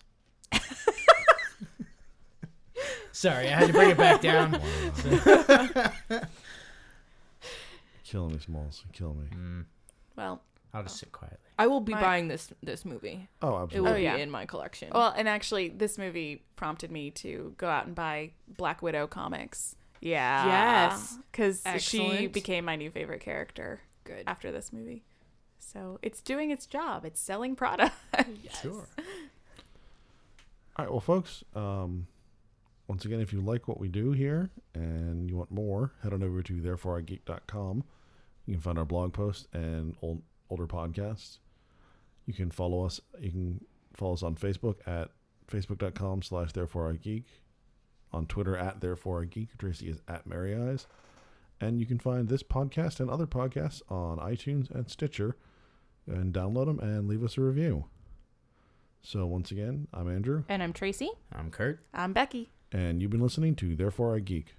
Speaker 4: Sorry, I had to bring it back down.
Speaker 1: killing me, Smalls, killing me.
Speaker 4: Mm.
Speaker 5: Well,
Speaker 4: I'll just sit quietly.
Speaker 3: I will be
Speaker 5: My-
Speaker 3: buying this this movie.
Speaker 1: Oh,
Speaker 3: It will
Speaker 1: absolutely.
Speaker 5: Oh, yeah.
Speaker 3: be in my collection.
Speaker 5: well, and actually, this movie prompted me to go out and buy Black Widow comics. Yeah.
Speaker 3: Yes.
Speaker 5: Because she
Speaker 3: Excellent.
Speaker 5: became my new favorite character
Speaker 3: good.
Speaker 5: after this movie. So it's doing its job. It's selling product.
Speaker 4: Sure.
Speaker 1: All right, well, folks. Um, once again, if you like what we do here and you want more, head on over to thereforeigeek.com. You can find our blog posts and old older podcasts. You can follow us. You can follow us on Facebook at facebook.com slash therefore I geek. On Twitter at therefore I geek. Tracy is at Mary Eyes. And you can find this podcast and other podcasts on iTunes and Stitcher and download them and leave us a review. So once again, I'm Andrew.
Speaker 3: And I'm Tracy.
Speaker 4: I'm Kurt.
Speaker 5: I'm Becky.
Speaker 1: And you've been listening to Therefore I Geek.